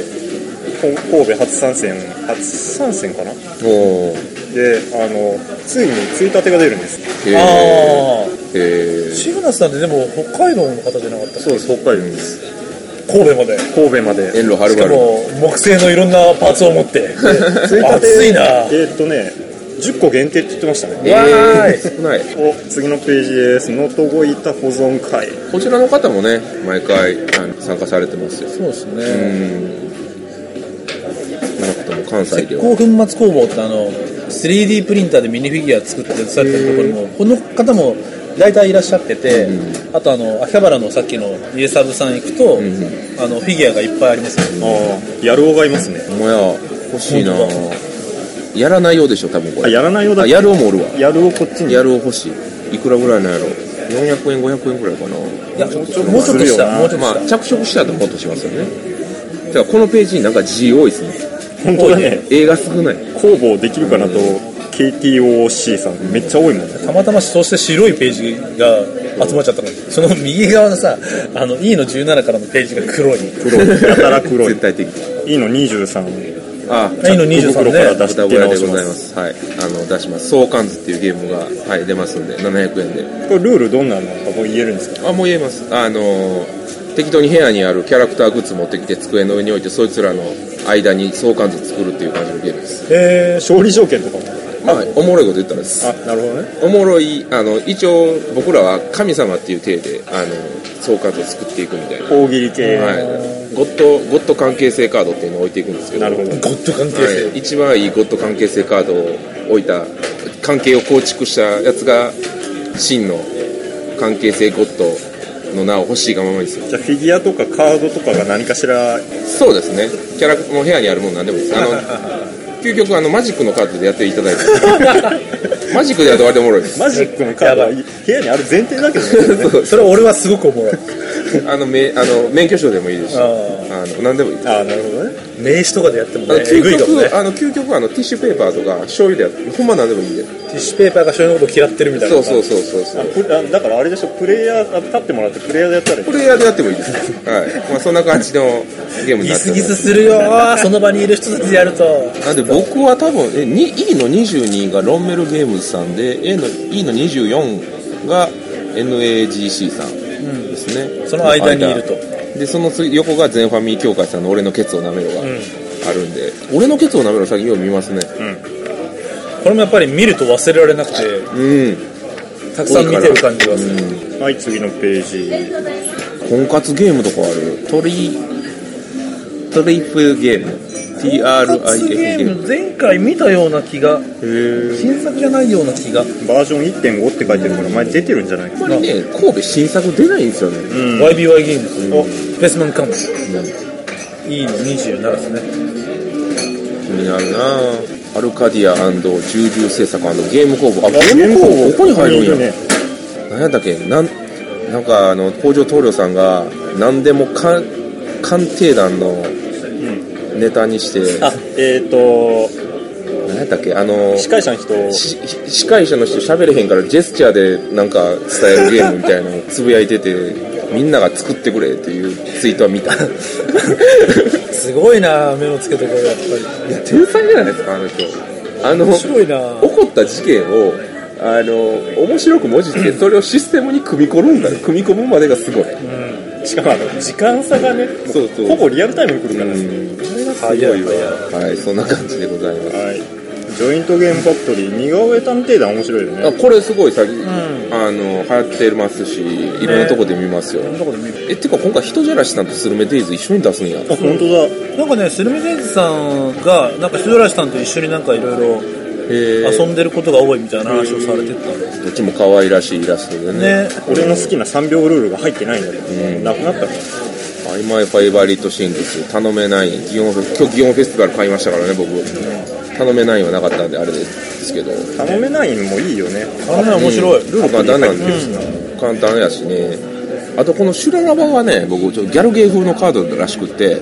[SPEAKER 3] こ神戸初参戦初参戦かな
[SPEAKER 1] お
[SPEAKER 3] であのついについたてが出るんです
[SPEAKER 1] へ
[SPEAKER 2] あ
[SPEAKER 1] え
[SPEAKER 2] あシグナスさんってでも北海道の方じゃなかったっ
[SPEAKER 3] そうです北海道です
[SPEAKER 2] け神戸まで
[SPEAKER 3] 神戸まで
[SPEAKER 1] 遠路はる
[SPEAKER 2] しか
[SPEAKER 1] ばる
[SPEAKER 2] も木製のいろんなパーツを持って
[SPEAKER 3] ついたて
[SPEAKER 2] 熱いな
[SPEAKER 3] えーっとね10個限定って言ってましたね
[SPEAKER 1] え
[SPEAKER 2] わーい
[SPEAKER 1] ー少ない
[SPEAKER 3] お次のページです「のとごいた保存会
[SPEAKER 1] こちらの方もね毎回あの参加されてますよ
[SPEAKER 2] そうですね、
[SPEAKER 1] うん少なくとも関西
[SPEAKER 2] 石
[SPEAKER 1] では
[SPEAKER 2] 膏粉末工房ってあの 3D プリンターでミニフィギュア作ってされてるところもこの方も大体いらっしゃってて、あとあの秋葉原のさっきの家サブさん行くと、あのフィギュアがいっぱいありますよ」
[SPEAKER 3] ああやるおがいますね
[SPEAKER 1] もや欲しいな
[SPEAKER 2] 本
[SPEAKER 1] やらないようでしょ多分こ
[SPEAKER 3] あ
[SPEAKER 1] れ
[SPEAKER 3] やらないようだ
[SPEAKER 1] あやるおもおるわ
[SPEAKER 3] やるをこっちに
[SPEAKER 1] やるお欲しいいくらぐらいなんやろ400円500円ぐらいかない
[SPEAKER 2] やもうちょっとしたもうちょっと
[SPEAKER 1] ま
[SPEAKER 2] し
[SPEAKER 1] あ
[SPEAKER 2] た、
[SPEAKER 1] 着色したともっとしますよねだからこのページになんか字多いですね
[SPEAKER 3] 本当だね
[SPEAKER 1] 映画少ない
[SPEAKER 3] 工房できるかなと KTOC さんめっちゃ多いもんね
[SPEAKER 2] たまたまそうして白いページが集まっちゃったのその右側のさあの E の17からのページが黒い
[SPEAKER 3] 黒いやたら黒い
[SPEAKER 1] 絶対的
[SPEAKER 3] いいの23
[SPEAKER 1] あ
[SPEAKER 2] E の
[SPEAKER 3] 袋から
[SPEAKER 2] 23ね
[SPEAKER 3] 出
[SPEAKER 1] 豚
[SPEAKER 3] し
[SPEAKER 1] 小
[SPEAKER 3] て
[SPEAKER 1] 屋
[SPEAKER 3] 直
[SPEAKER 1] で
[SPEAKER 3] し
[SPEAKER 1] ご
[SPEAKER 3] ま
[SPEAKER 1] ざいますすはいあの出します「相関図」っていうゲームが、はい、出ますんで700円で
[SPEAKER 3] これルールどんなのかもう言えるんですか
[SPEAKER 1] あもう言えますあのー適当に部屋にあるキャラクターグッズ持ってきて机の上に置いてそいつらの間に相関図作るっていう感じのゲームです
[SPEAKER 3] えー、勝利条件とかも
[SPEAKER 1] まあおもろいこと言ったらです
[SPEAKER 3] あなるほどね
[SPEAKER 1] おもろいあの一応僕らは神様っていう体であの相関図を作っていくみたいな
[SPEAKER 3] 大喜利系、
[SPEAKER 1] はい、ゴッドゴッド関係性カードっていうのを置いていくんですけど
[SPEAKER 3] なるほど
[SPEAKER 2] ゴッド関係性、
[SPEAKER 1] はい、一番いいゴッド関係性カードを置いた関係を構築したやつが真の関係性ゴッドの名を欲しいがままにする
[SPEAKER 3] じゃあフィギュアとかカードとかが何かしら
[SPEAKER 1] そうですねキャラもう部屋にあるもんなんでもいいですあの究極あのマジックのカードでやっていただいてマジックでやると割とおもろいです
[SPEAKER 3] マジックのカードは部屋にある前提だけどね
[SPEAKER 1] そう
[SPEAKER 2] それ俺はすごく思う
[SPEAKER 1] あのめあの免許証でもいいですし
[SPEAKER 2] あ
[SPEAKER 1] あの何でもいいです
[SPEAKER 3] ああなるほどね
[SPEAKER 2] 名刺とかでやっても
[SPEAKER 1] あの
[SPEAKER 2] ねえ
[SPEAKER 1] 究
[SPEAKER 2] ぐいかも
[SPEAKER 1] 極、
[SPEAKER 2] ね
[SPEAKER 1] あの究極あのティッシュペーパーとか醤油でやってほんま何でもいいんで
[SPEAKER 2] ティッシュペーパーが醤油のこと嫌ってるみたいな
[SPEAKER 1] そうそうそうそうそ
[SPEAKER 3] あ
[SPEAKER 1] う
[SPEAKER 3] プあだからあれでしょプレイヤーあ立ってもらってプレイヤーでやったらいい
[SPEAKER 1] プレイヤーでやってもいいですはい、まあ、そんな感じのゲームに
[SPEAKER 2] ギ
[SPEAKER 1] なって
[SPEAKER 2] ス
[SPEAKER 1] ま
[SPEAKER 2] ギ
[SPEAKER 1] す
[SPEAKER 2] スするよその場にいる人たちでやると
[SPEAKER 1] なんで僕は多分えに E の22がロンメルゲームズさんで A の E の24が NAGC さんですね、
[SPEAKER 2] その間にいると
[SPEAKER 1] 間でその次横が全ファミリー協会さんの「俺のケツをなめろ」があるんで、俺のケツをなめろ」最近よう見ますね
[SPEAKER 2] これもやっぱり見ると忘れられなくて
[SPEAKER 1] うん
[SPEAKER 2] たくさん見てる感じがする
[SPEAKER 3] はい次のページ
[SPEAKER 1] 婚活ゲームとかあるトリトリフゲーム TRIF ゲーム
[SPEAKER 2] 前回見たような気が新作じゃないような気が
[SPEAKER 3] バージョン1.5って書いてるから前出てるんじゃないか
[SPEAKER 1] これね神戸新作出ないんですよね、
[SPEAKER 2] YBY ゲームズ
[SPEAKER 3] お
[SPEAKER 2] ベースマンカム E の27ですね
[SPEAKER 1] 気になるなぁアルカディア重粒制作ゲーム工房あゲーム工房ここに入るんや
[SPEAKER 3] ね
[SPEAKER 1] 何やったっけなんなんかあの工場棟梁さんが何でもか鑑定団のネタにして
[SPEAKER 3] あえっ、ー、と
[SPEAKER 1] 何やったっけあの
[SPEAKER 3] 司会者の人
[SPEAKER 1] し司会者の人喋れへんからジェスチャーでなんか伝えるゲームみたいなのをつぶやいててみんなが作ってくれっていうツイートは見 たい
[SPEAKER 5] すごいな目をつけてこれやっぱり
[SPEAKER 1] や天才じゃないですかあの人あの
[SPEAKER 5] 面白いな
[SPEAKER 1] 起こった事件をあの面白く文字ってそれをシステムに組み込んだ組み込むまでがすごい
[SPEAKER 3] しかもあの時間差がね
[SPEAKER 1] そうそう
[SPEAKER 3] ほぼリアルタイムに来るからね
[SPEAKER 5] 早い早い
[SPEAKER 1] はいそんな感じでございます
[SPEAKER 3] はいジョイントゲームファクトリー似顔絵探偵団面白いよ
[SPEAKER 1] あ
[SPEAKER 3] ね
[SPEAKER 1] これすごい最近、あの流行ってますしいろんなとこで見ますよ、
[SPEAKER 2] こんなとこで見る
[SPEAKER 1] えってか今回人じゃらしさんとスルメデイズ一緒に出すんや
[SPEAKER 3] あ本当だ
[SPEAKER 2] なんかねスルメデンズさんがなんかシドラシさんと一緒になんかいろいろ
[SPEAKER 1] へ
[SPEAKER 2] 遊んでることが多いみたいな話をされてたんです
[SPEAKER 1] どっちも可愛らしいイラストでね
[SPEAKER 2] ね
[SPEAKER 3] 俺の好きな3秒ルールが入ってないんだけど、なくなったから
[SPEAKER 1] 曖昧ファイバリットシングス頼めない祇園フェス今日祇園フェスティバル買いましたからね僕頼めないはなかったんであれですけど
[SPEAKER 3] 頼めないのもいいよね
[SPEAKER 2] あれね面白い、
[SPEAKER 1] ルール簡単なんです簡単やしねあとこのシュララバはね僕ちょっとギャルゲー風のカードらしくって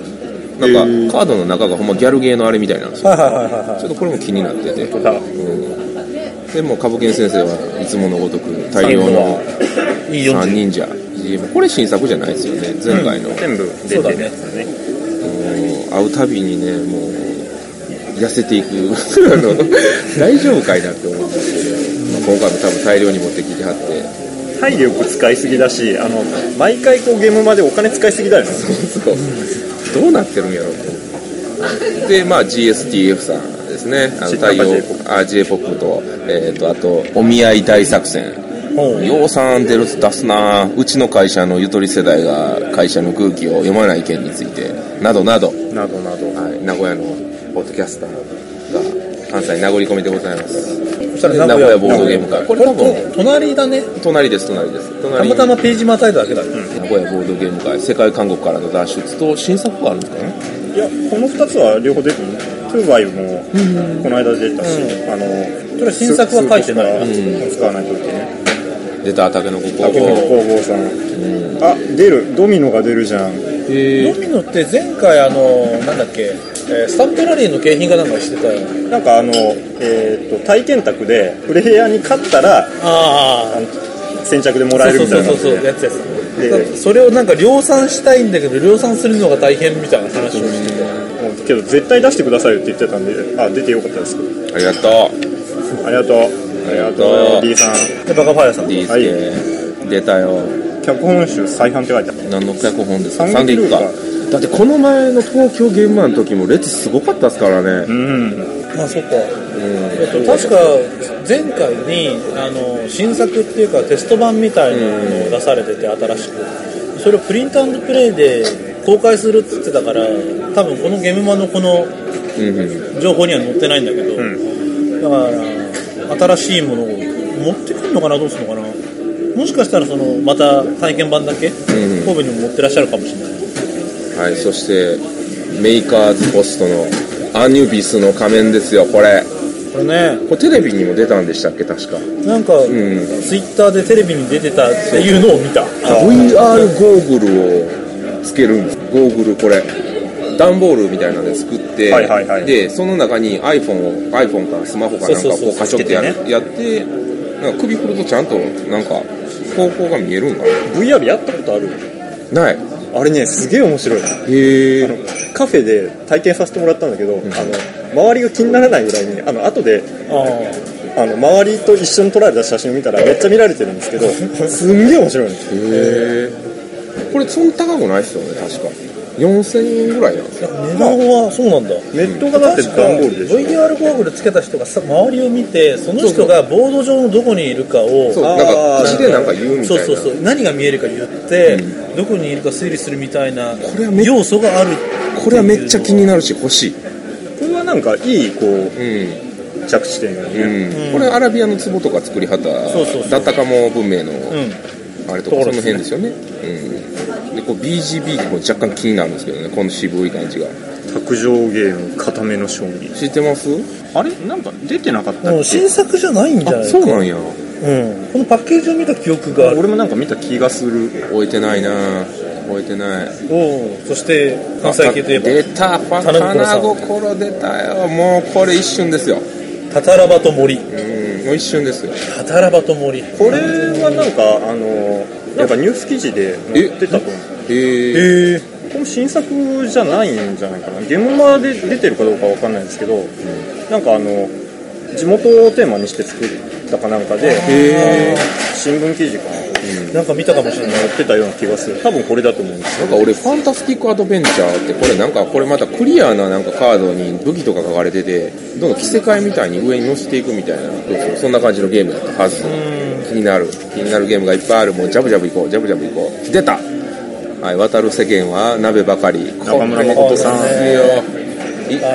[SPEAKER 1] なんかカードの中がほんまギャルゲーのあれみたいなんですよ
[SPEAKER 2] はいはいはいはいはい
[SPEAKER 1] ちょっとこれも気になってて
[SPEAKER 3] ただ
[SPEAKER 1] うんでも歌舞伎先生はいつものごとく大量の
[SPEAKER 2] いい
[SPEAKER 1] 三
[SPEAKER 2] 40
[SPEAKER 1] 忍者 GM これ新作じゃないですよね前回の、
[SPEAKER 3] 全部出てるやつだね
[SPEAKER 1] もう会うたびにねもう痩せていく あの大丈夫かいなって思うんですけど、まあ、今回も多分大量に持ってきてはって
[SPEAKER 3] 体力使いすぎだしあの毎回こうゲームまでお金使いすぎだよね
[SPEAKER 1] そうそうどうなってるんやろうとでまあ GSTF さんですねあの
[SPEAKER 3] 知っ
[SPEAKER 1] 太
[SPEAKER 3] た
[SPEAKER 1] 陽
[SPEAKER 3] か
[SPEAKER 1] あ J−POP と,、えー、とあとお見合い大作戦ようさん出る出すなうちの会社のゆとり世代が会社の空気を読まない件についてなどなど
[SPEAKER 3] などなど
[SPEAKER 1] はい、名古屋のポッドキャスターが関西名残り込みでございます。
[SPEAKER 5] そした
[SPEAKER 1] 名古屋ボードゲーム会。これ多分、
[SPEAKER 5] 隣だね
[SPEAKER 1] 隣です、隣です。
[SPEAKER 5] た
[SPEAKER 1] 隣
[SPEAKER 5] ま
[SPEAKER 1] に
[SPEAKER 5] たまページまたいだだけだ、
[SPEAKER 1] 名古屋ボードゲーム会、世界韓国からの脱出と新作があるんですかね。
[SPEAKER 3] いやこの2つは両方出てるねトゥーバイブもこの間出たし、あの
[SPEAKER 2] それ新作は書いてない
[SPEAKER 3] スープしか使わないといけない
[SPEAKER 1] 出た竹の子
[SPEAKER 3] あ
[SPEAKER 1] 工
[SPEAKER 3] 工
[SPEAKER 1] 房。
[SPEAKER 3] 房さん、あ出るドミノが出るじゃん
[SPEAKER 2] ドミノって前回あのなんだっけ、えースタンプラリーの景品がなんかしてたよ
[SPEAKER 3] なんかあの、えー、と体験卓でプレイヤーに勝ったら
[SPEAKER 2] あ
[SPEAKER 3] あの先着でもら
[SPEAKER 2] そ
[SPEAKER 3] え
[SPEAKER 2] う
[SPEAKER 3] る
[SPEAKER 2] そうそそうそう
[SPEAKER 3] みたいうなので
[SPEAKER 2] やつやつ
[SPEAKER 3] で
[SPEAKER 2] それをなんか量産したいんだけど量産するのが大変みたいな話をしてて
[SPEAKER 3] もうけど絶対出してくださいよって言ってたんであ出てよかったです
[SPEAKER 1] ありがとう。
[SPEAKER 3] ありがとうありが
[SPEAKER 1] ありがと
[SPEAKER 3] と
[SPEAKER 1] う
[SPEAKER 3] う D さん
[SPEAKER 2] でバカファイアさん
[SPEAKER 1] D
[SPEAKER 3] はい
[SPEAKER 1] 助。出たよ。
[SPEAKER 3] 脚本集再販って書いてある
[SPEAKER 1] 何の脚本ですか
[SPEAKER 3] 三
[SPEAKER 1] 三
[SPEAKER 3] 撃
[SPEAKER 1] 撃
[SPEAKER 3] ルー
[SPEAKER 1] か
[SPEAKER 3] か。
[SPEAKER 1] だってこの前の東京ゲームマンの時も列すごかったですからね。
[SPEAKER 3] うん
[SPEAKER 2] まあそっか、えっと、確か前回にあの新作っていうかテスト版みたいなのを出されてて新しくそれをプリントプレイで公開するって言ってたから多分このゲームマのこの
[SPEAKER 1] うんうん。
[SPEAKER 2] 情報には載ってないんだけど、だから新しいものを持ってくるのかなどうするのかなもしかしたらそのまた体験版だけ神戸にも持ってらっしゃるかもしれない、
[SPEAKER 1] はい、そして、メーカーズポストのアニュビスの仮面ですよ、これ。
[SPEAKER 2] これね
[SPEAKER 1] これテレビにも出たんでしたっけ確か
[SPEAKER 2] なんか、ツイッターでテレビに出てたっていうのを見た
[SPEAKER 1] VR ゴーグルをつけるんですゴーグルこれ段ボールみたいなので作って、
[SPEAKER 3] はいはいはい
[SPEAKER 1] でその中に iPhone を iPhone かスマホかなんか
[SPEAKER 2] そうそうそう
[SPEAKER 1] こうカチョってや
[SPEAKER 2] つけ
[SPEAKER 1] るやってなんか首振るとちゃんとなんか方向が見えるんか
[SPEAKER 3] VR やったことある
[SPEAKER 1] なない
[SPEAKER 3] あれねすげえ面白い
[SPEAKER 1] へ
[SPEAKER 3] あのカフェで体験させてもらったんだけど、あの周りが気にならないぐらいにあの後であの周りと一緒に撮られた写真を見たらめっちゃ見られてるんですけ どすんげえ面白いの
[SPEAKER 1] えこれそんな高くないっすよね確か4000円ぐらいなんですよ
[SPEAKER 2] 値段はそうなんだ
[SPEAKER 3] ネットがだって段ボールでしょ
[SPEAKER 2] VR ゴーグルつけた人がさ周りを見てその人がボード上のどこにいるかを
[SPEAKER 1] そうなんか口でなんか言うみたい
[SPEAKER 2] そう
[SPEAKER 1] な
[SPEAKER 2] そうそう何が見えるか言って、どこにいるか推理するみたいな
[SPEAKER 1] れはめ
[SPEAKER 2] 要素がある
[SPEAKER 1] これはめっちゃ気になるし欲しい
[SPEAKER 3] これはなんかいいこう
[SPEAKER 1] うん
[SPEAKER 3] 着地点がね、
[SPEAKER 1] うんこれアラビアの壺とか作りはった
[SPEAKER 2] そうそうそう
[SPEAKER 1] ダッタカモ文明の
[SPEAKER 2] うん
[SPEAKER 1] あれとか
[SPEAKER 2] とこ
[SPEAKER 1] その
[SPEAKER 2] ろですね
[SPEAKER 1] 辺ですよね、うん、でこう BGB も若干気になるんですけどねこの渋い感じが
[SPEAKER 3] 卓上ゲーム固めの将棋
[SPEAKER 1] 知ってます
[SPEAKER 3] あれなんか出てなかった
[SPEAKER 2] もう新作じゃないんじ
[SPEAKER 1] あ
[SPEAKER 2] ゃない
[SPEAKER 1] そうなんや
[SPEAKER 2] うん、このパッケージを見た記憶がある
[SPEAKER 3] 俺もなんか見た気がする
[SPEAKER 1] 置いてないな置いてない
[SPEAKER 2] おうそして関西系といえば
[SPEAKER 1] 出た花心出たよもうこれ一瞬ですよ
[SPEAKER 2] タタラバと森
[SPEAKER 1] うんもう一瞬ですよ
[SPEAKER 2] タタラバと森
[SPEAKER 3] これはなんかあのやっぱニュース記事で載ってたと思う
[SPEAKER 1] へえ
[SPEAKER 2] え
[SPEAKER 3] これも新作じゃないんじゃないかなゲームマで出てるかどうかわかんないんですけど、なんかあの地元をテーマにして作ったかなんかで新聞記事かな
[SPEAKER 2] なんか見たかもしれない
[SPEAKER 3] やってたような気がする多分これだと思うんですよ
[SPEAKER 1] なんか俺ファンタスティックアドベンチャーってこれなんかこれまたクリアななんかカードに武器とか書かれててどんどん着せ替えみたいに上に乗せていくみたいなそうそうそんな感じのゲームだったはず気になる気になるゲームがいっぱいあるもうジャブジャブいこうジャブジャブいこう出たはい渡る世間は鍋ばかり
[SPEAKER 3] 中村誠さん
[SPEAKER 1] これいいよ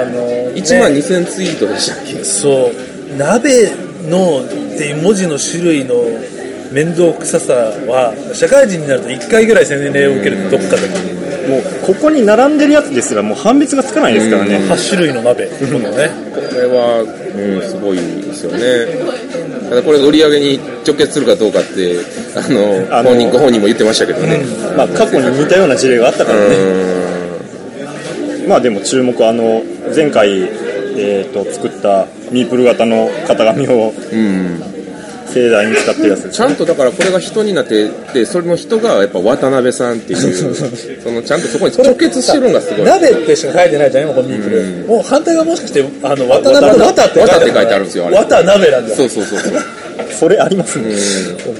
[SPEAKER 2] あのー
[SPEAKER 1] 1万2000ツイートでしたっけ
[SPEAKER 2] そう鍋のっていう文字の種類の面倒くささは社会人になると1回ぐらい洗礼を受けるとどっかで
[SPEAKER 3] もうここに並んでるやつですらもう判別がつかないですからね、
[SPEAKER 2] 8種類の鍋このね
[SPEAKER 1] これは、うん、すごいですよね。ただこれ売り上げに直結するかどうかって、あの、
[SPEAKER 3] あの
[SPEAKER 1] 本人、ご本人も言ってましたけどね。
[SPEAKER 3] まあ、過去に似たような事例があったから
[SPEAKER 1] う
[SPEAKER 3] ね、
[SPEAKER 1] ん。
[SPEAKER 3] まあでも注目あの前回、えー、と作ったミープル型の型紙を盛大に使ってるやつです
[SPEAKER 1] ちゃんとだからこれが人になってて、それの人がやっぱ渡辺さんっていう、そのちゃんとそこに直結してるのがすごい。
[SPEAKER 2] 鍋ってしか書いてないじゃん今このミープルもう反対がもしかしてあの渡辺の渡って書いてある
[SPEAKER 1] 渡って書いてあるんですよあれ
[SPEAKER 2] 渡鍋なんだ
[SPEAKER 1] そうそうそうそう。
[SPEAKER 3] それありますね、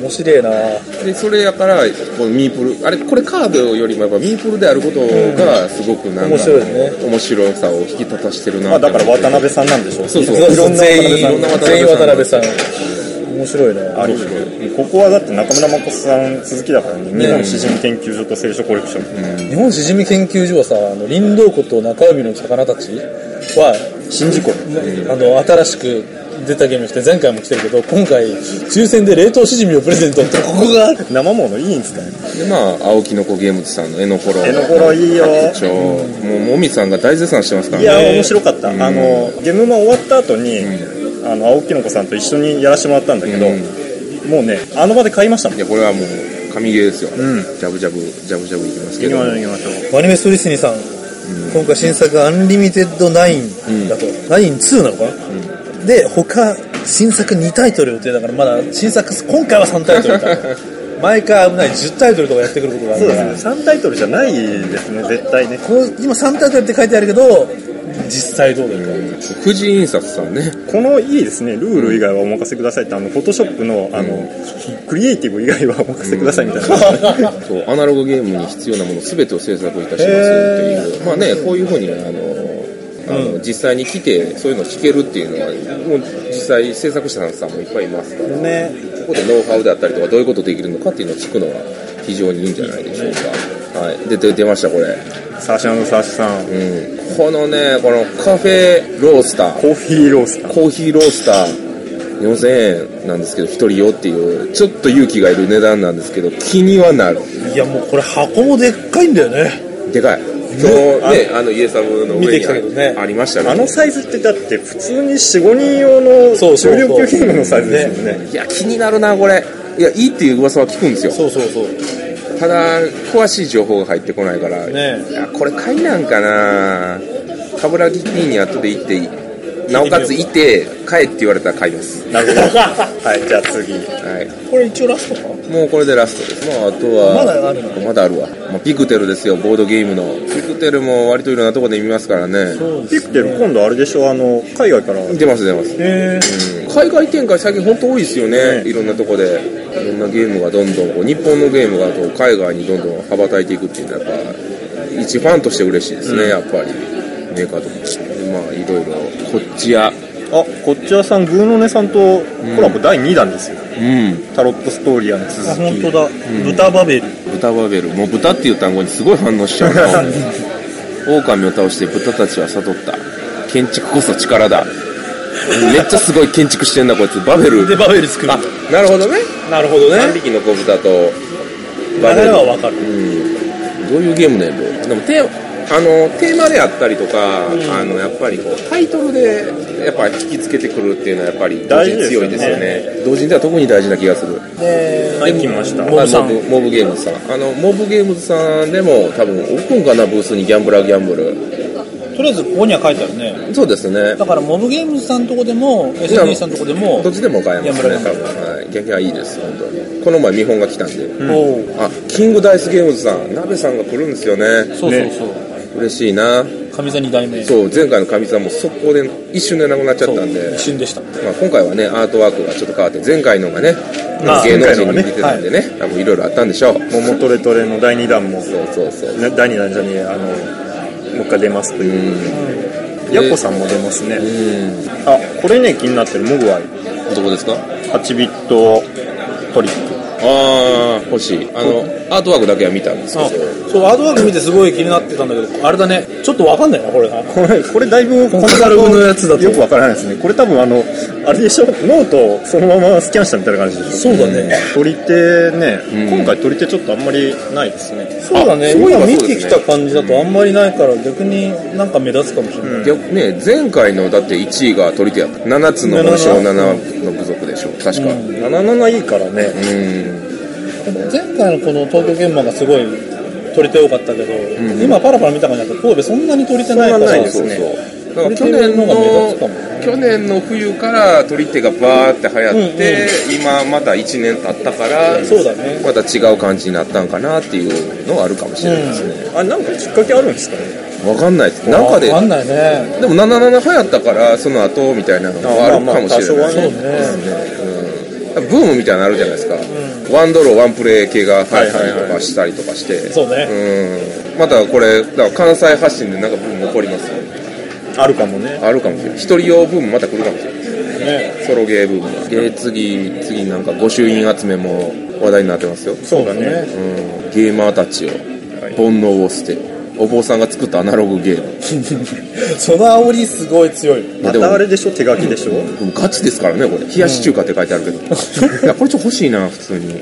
[SPEAKER 2] 面白いな
[SPEAKER 1] でそれやからこのミープルあれこれカードよりもやっぱミープルであることがすごくなんか
[SPEAKER 2] 面白いね
[SPEAKER 1] 面白さを引き立たしてる
[SPEAKER 3] ま
[SPEAKER 1] な
[SPEAKER 3] あ、
[SPEAKER 1] って
[SPEAKER 3] だ
[SPEAKER 1] 思
[SPEAKER 3] か
[SPEAKER 1] って
[SPEAKER 3] ら渡辺さんなんでしょう
[SPEAKER 1] そうそう
[SPEAKER 2] そうそう全
[SPEAKER 1] いろん
[SPEAKER 2] 員
[SPEAKER 1] な渡辺さん
[SPEAKER 2] 全員渡辺さん面白いな
[SPEAKER 3] あり得るここはだって中村誠さん続きだからね、日本詩人研究所と聖書コレクション、
[SPEAKER 2] 日本しじみ研究所はさあの林道湖と中海の魚たちは
[SPEAKER 3] 宍道湖
[SPEAKER 2] あの新しく出たゲームにして前回も来てるけど今回抽選で冷凍しじみをプレゼントってここが
[SPEAKER 3] 生ものいいんですかね
[SPEAKER 1] でまあ青木の子ゲームズさんの絵の頃
[SPEAKER 3] 絵の頃いいよ
[SPEAKER 1] 拡張もうもみさんが大絶賛してますから
[SPEAKER 3] い
[SPEAKER 1] ね
[SPEAKER 3] や面白かった、あのゲームマ終わった後に、あの青木の子さんと一緒にやらせてもらったんだけど、
[SPEAKER 1] うん
[SPEAKER 3] もうねあの場で買いましたもん
[SPEAKER 1] いやこれはもう神ゲーですよ、ジャブジャブジャブジャブいきますけど
[SPEAKER 3] 行きましょう
[SPEAKER 2] アニメストリスニーさん、今回新作「アンリミテッド9」だと、9-2なのかな、で他新作2タイトル予定だからまだ新作今回は3タイトル だ毎回危ない10タイトルとかやってくることがあ
[SPEAKER 3] そ
[SPEAKER 2] る
[SPEAKER 3] う
[SPEAKER 2] か
[SPEAKER 3] で
[SPEAKER 2] ら
[SPEAKER 3] すね3タイトルじゃないですね絶対ね
[SPEAKER 2] こう今3タイトルって書いてあるけど実際どうだろうか、
[SPEAKER 1] 藤井印刷さんね
[SPEAKER 3] このいいですねルール以外はお任せくださいってあのフォトショップのあの、クリエイティブ以外はお任せくださいみたいな、
[SPEAKER 1] そうアナログゲームに必要なもの全てを制作いたしますっていうまあねこういうふうにあのあの、実際に来てそういうのを聞けるっていうのはもう実際制作者さんもいっぱいいますから
[SPEAKER 3] ね
[SPEAKER 1] ここでノウハウであったりとかどういうことできるのかっていうのを聞くのは非常にいいんじゃないでしょうか、はい、でで出ましたこれ
[SPEAKER 3] サーシャのサーシャさん
[SPEAKER 1] うん、このねこのカフェロースター
[SPEAKER 3] コーヒーロースター
[SPEAKER 1] コーヒーロースター4000円なんですけど1人用っていうちょっと勇気がいる値段なんですけど気にはなる
[SPEAKER 2] いやもうこれ箱もでっかいんだよね
[SPEAKER 1] でかい今日ねあの家サブの
[SPEAKER 2] 見
[SPEAKER 1] 上
[SPEAKER 2] て
[SPEAKER 1] に
[SPEAKER 2] き
[SPEAKER 1] あ
[SPEAKER 2] たけどね
[SPEAKER 1] ありましたね
[SPEAKER 3] あのサイズってだって普通に45人用の
[SPEAKER 2] そうそうそう
[SPEAKER 3] 中量級ゲームのサイズですよね
[SPEAKER 1] いや気になるなこれいやいいっていう噂は聞くんですよ
[SPEAKER 2] そうそうそう
[SPEAKER 1] ただ詳しい情報が入ってこないから、
[SPEAKER 2] ね
[SPEAKER 1] いやこれ買いなんかな冠城 P に後で行ってなおかついて買えって言われたら買います
[SPEAKER 3] なるほどはいじゃあ次
[SPEAKER 1] はい
[SPEAKER 2] これ一応ラストか
[SPEAKER 1] もうこれでラストです。まあ、あとは、
[SPEAKER 2] まだある
[SPEAKER 1] まだあるわ。まあ、ピクテルですよ、ボードゲームの。ピクテルも割といろんなとこで見ますからね。
[SPEAKER 3] ピクテル今度あれでしょあの海外から
[SPEAKER 1] 出ます出ます。
[SPEAKER 2] へえ
[SPEAKER 1] うん海外展開最近本当多いですよね。いろんなとこで。いろんなゲームがどんどんこう、日本のゲームがこう海外にどんどん羽ばたいていくっていうのはやっぱ、一ファンとして嬉しいですね、やっぱり。メーカーとか。でまあ、いろいろ、こっちや。
[SPEAKER 3] あこっち屋さんグーの音さんとコラボ第2弾ですよ、
[SPEAKER 1] うん。
[SPEAKER 3] タロットストーリアの続
[SPEAKER 2] あ本
[SPEAKER 3] き
[SPEAKER 2] 当だ、豚バベル
[SPEAKER 1] 豚バベル。もう豚っていう単語にすごい反応しちゃう な。狼を倒して豚たちは悟った建築こそ力だめっちゃすごい建築してんなこいつバベル
[SPEAKER 2] でバベル作る
[SPEAKER 1] なるほどね
[SPEAKER 2] なるほど
[SPEAKER 1] 3匹の子豚と
[SPEAKER 2] 流
[SPEAKER 1] バベ
[SPEAKER 2] れ
[SPEAKER 1] ル
[SPEAKER 2] はわかる
[SPEAKER 1] どういうゲームなんやろうでもテーあのテーマであったりとか、あのやっぱりこうタイトルでやっぱ引きつけてくるっていうのはやっぱり同
[SPEAKER 3] 大
[SPEAKER 1] 時に
[SPEAKER 3] 事です
[SPEAKER 1] 強
[SPEAKER 3] よ
[SPEAKER 1] い
[SPEAKER 3] ね
[SPEAKER 1] ですよね同時では特に大事な気がする
[SPEAKER 3] はい来ました
[SPEAKER 1] あ
[SPEAKER 2] モブさん
[SPEAKER 1] モブモブゲームズさんあのモブゲームズさんでも多分置くんかなブースにギャンブラーギャンブル
[SPEAKER 2] とりあえずここには書いてあるね
[SPEAKER 1] そうですね
[SPEAKER 2] だからモブゲームズさんのとこでも SNE さんのとこでも
[SPEAKER 1] どっちでも買えますね
[SPEAKER 2] いや
[SPEAKER 1] 多分、はい、逆はいいです本当にこの前見本が来たんで、
[SPEAKER 2] おう
[SPEAKER 1] あキングダイスゲームズさん鍋さんが来るんですよね
[SPEAKER 2] そうそうそう
[SPEAKER 1] 嬉しいな
[SPEAKER 2] かみ座2代目う
[SPEAKER 1] そう前回の神さんも速攻で一瞬でなくなっちゃったんで
[SPEAKER 2] 一瞬でした
[SPEAKER 1] まあ、今回はねアートワークがちょっと変わって前回のがね
[SPEAKER 3] まあ
[SPEAKER 1] 芸能人に似てたんでね多分いろいろあったんでしょう
[SPEAKER 3] 桃トレトレの第2弾も、
[SPEAKER 1] そうそうそう
[SPEAKER 3] な第2弾じゃねえやあのもう一回出ますというヤコさんも出ますねあこれね気になってるモグワイ
[SPEAKER 1] どこですか
[SPEAKER 3] 8ビットトリック
[SPEAKER 1] ああ欲しいあのアートワークだけは見たんですけ
[SPEAKER 2] あ
[SPEAKER 1] ど
[SPEAKER 2] そうアートワーク見てすごい気になってたんだけどあれだねちょっとわかんないなこれな
[SPEAKER 3] これこれだいぶ
[SPEAKER 6] コンサルのやつだと
[SPEAKER 3] よくわからないですねこれ多分あのあれでしょノートをそのままスキャンしたみたいな感じでし
[SPEAKER 6] そ
[SPEAKER 3] ょ
[SPEAKER 6] うだね
[SPEAKER 3] 取り手ね、
[SPEAKER 1] うん
[SPEAKER 3] 今回取り手ちょっとあんまりないですね
[SPEAKER 2] そうだね
[SPEAKER 1] あそういえばそ
[SPEAKER 2] 今
[SPEAKER 1] う
[SPEAKER 2] 見
[SPEAKER 1] ですね
[SPEAKER 2] てきた感じだとあんまりないから逆になんか目立つかもしれない、
[SPEAKER 1] 逆ね前回のだって1位が取り手やった7つの紋章7の部族でしょ確かうん
[SPEAKER 3] 77いいからね、
[SPEAKER 2] 前回のこの東京現場がすごい取り手多かったけど、今パラパラ見た感じだと神戸そんなに取り手ないから
[SPEAKER 1] そう
[SPEAKER 3] です
[SPEAKER 1] そう
[SPEAKER 3] ね
[SPEAKER 1] そうだから去年の
[SPEAKER 2] 取り手の方が目立つかもね
[SPEAKER 1] 去年の冬から取り手がバーって流行って、今また1年経ったから
[SPEAKER 2] そうだね
[SPEAKER 1] また違う感じになったんかなっていうのはあるかもしれないですね、
[SPEAKER 3] あなんかきっかけあるんですかね
[SPEAKER 1] わかんないです中で
[SPEAKER 2] わかんないね
[SPEAKER 1] でも77流行ったからその後みたいなのがあるかもしれな
[SPEAKER 3] まあまあ多
[SPEAKER 1] い
[SPEAKER 3] 少はね
[SPEAKER 1] うんブームみたいなのあるじゃないですか、ワンドローワンプレー系が流行ったりとかしたりとかして、
[SPEAKER 2] そうね、
[SPEAKER 1] うんまたこれだから関西発信でなんかブーム起こりますよ
[SPEAKER 3] あるかもね
[SPEAKER 1] あるかもしれない一人用ブームまた来るかもしれない
[SPEAKER 2] ね
[SPEAKER 1] ソロゲーブームがで次次なんか御朱印集めも話題になってますよ、
[SPEAKER 3] そうだ
[SPEAKER 1] う
[SPEAKER 3] ね
[SPEAKER 1] ん、ゲーマーたちを
[SPEAKER 3] い
[SPEAKER 1] 煩悩を捨てお坊さんが作ったアナログゲーム
[SPEAKER 2] その煽りすごい強い
[SPEAKER 1] ま
[SPEAKER 3] ま
[SPEAKER 1] あでも
[SPEAKER 3] たあれでしょ手書きでしょ、
[SPEAKER 1] でもガチですからねこれ冷やし中華って書いてあるけど、いやこれちょっと欲しいな普通に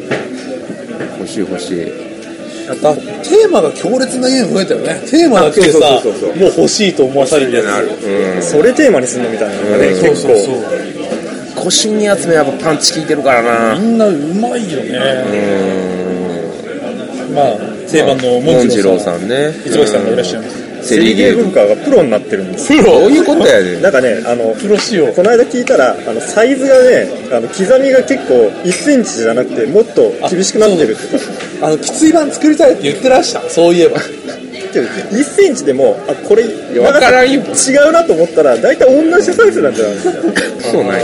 [SPEAKER 1] 欲しい欲しい
[SPEAKER 2] やっぱテーマが強烈なゲーム増えたよねテーマだけでさ
[SPEAKER 1] あそうそうそうそう
[SPEAKER 2] もう欲しいと思わされるやつ
[SPEAKER 1] うん
[SPEAKER 3] それテーマにするのみたいなのがね、
[SPEAKER 1] うん
[SPEAKER 3] 結構
[SPEAKER 1] 腰に集めはやっぱパンチ効いてるからな
[SPEAKER 2] みんなうまいよね、
[SPEAKER 1] うん
[SPEAKER 2] まあ定番のモンジローさん
[SPEAKER 1] モンジローさんね
[SPEAKER 2] 一橋さんがいらっしゃいます
[SPEAKER 1] うんセ
[SPEAKER 3] セリ
[SPEAKER 1] リ
[SPEAKER 3] ゲ
[SPEAKER 1] ゲ
[SPEAKER 3] ー
[SPEAKER 1] ー
[SPEAKER 3] 文
[SPEAKER 1] ム
[SPEAKER 3] 化がプロになってるんですよ
[SPEAKER 1] どういうことやねん
[SPEAKER 3] なんかねあの
[SPEAKER 2] プロ仕様
[SPEAKER 3] この間聞いたらあのサイズがねあの刻みが結構1センチじゃなくてもっと厳しくなってるって
[SPEAKER 2] あのきつい版作りたいって言ってらしたそういえば
[SPEAKER 3] 1センチでもあこれ
[SPEAKER 1] わか
[SPEAKER 3] 長さ
[SPEAKER 1] らんよ
[SPEAKER 3] 違うなと思ったら大体同じサイズなんじゃないですか
[SPEAKER 1] そうなんや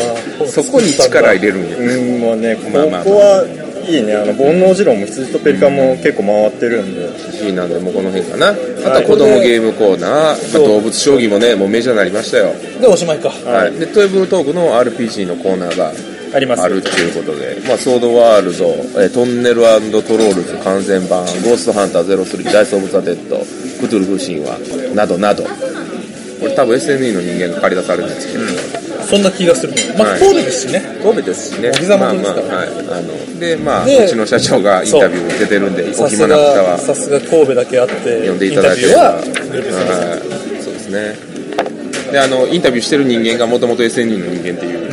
[SPEAKER 1] そこに力入れるんや
[SPEAKER 3] うんもうねここ
[SPEAKER 1] まあまあ
[SPEAKER 3] はいいねあの煩悩二郎も羊とペリカンも結構回ってるんで
[SPEAKER 1] いいなんでもうこの辺かなあとは子供ゲームコーナー、まあ、動物将棋もねもうメジャーになりましたよ
[SPEAKER 2] でおしまいか
[SPEAKER 1] はい、でトゥエブルトークの RPG のコーナーが
[SPEAKER 3] あります
[SPEAKER 1] あるっていうことで、まあ、ソードワールド、えートンネルトロールズ完全版、ゴーストハンター03、ダイス・オブ・ザ・デッド、クトゥルフ神話、などなど、これ多分 SNE の人間が借り出されるんですけど、
[SPEAKER 2] そんな気がするま
[SPEAKER 1] は
[SPEAKER 2] あ
[SPEAKER 1] い
[SPEAKER 2] 神戸ですしね
[SPEAKER 1] 神戸ですしね、
[SPEAKER 2] お膝
[SPEAKER 1] まあ
[SPEAKER 2] 元で
[SPEAKER 1] ますあ、
[SPEAKER 2] か
[SPEAKER 1] はい、あので、まあ、
[SPEAKER 2] で
[SPEAKER 1] うちの社長がインタビュー出てるんで、お
[SPEAKER 2] さ
[SPEAKER 1] 暇
[SPEAKER 2] す
[SPEAKER 1] な方
[SPEAKER 2] が
[SPEAKER 1] は
[SPEAKER 2] さすが神戸だけあってイ
[SPEAKER 1] 呼んでい
[SPEAKER 2] ン
[SPEAKER 1] た
[SPEAKER 2] タ
[SPEAKER 1] だ
[SPEAKER 2] ビ
[SPEAKER 1] け
[SPEAKER 2] ュ
[SPEAKER 1] れ
[SPEAKER 2] ー
[SPEAKER 1] ば、
[SPEAKER 2] は
[SPEAKER 1] はい
[SPEAKER 2] グループさんです
[SPEAKER 1] そうですね。であのインタビューしてる人間がもともと SNE の人間って いう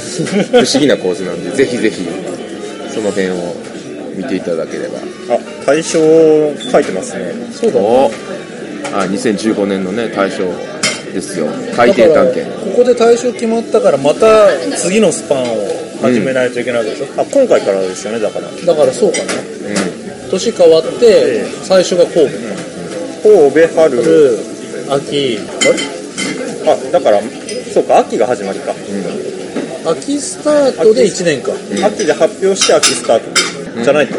[SPEAKER 1] 不思議な構図なんでぜひぜひその辺を見ていただければ
[SPEAKER 3] あ大賞書いてますね
[SPEAKER 1] そうだあ2015年のね大賞ですよ海底探検
[SPEAKER 2] ここで対象決まったからまた次のスパンを始めないといけないわけでしょ、
[SPEAKER 3] あ今回からですよねだから
[SPEAKER 2] だからそうかな年変わっ
[SPEAKER 3] え
[SPEAKER 2] て最初が神戸
[SPEAKER 3] 神戸春
[SPEAKER 2] 春秋
[SPEAKER 3] あだからそうか秋が始まりか、
[SPEAKER 2] 秋スタートで1年か
[SPEAKER 3] 秋で発表して秋スタート、じゃないと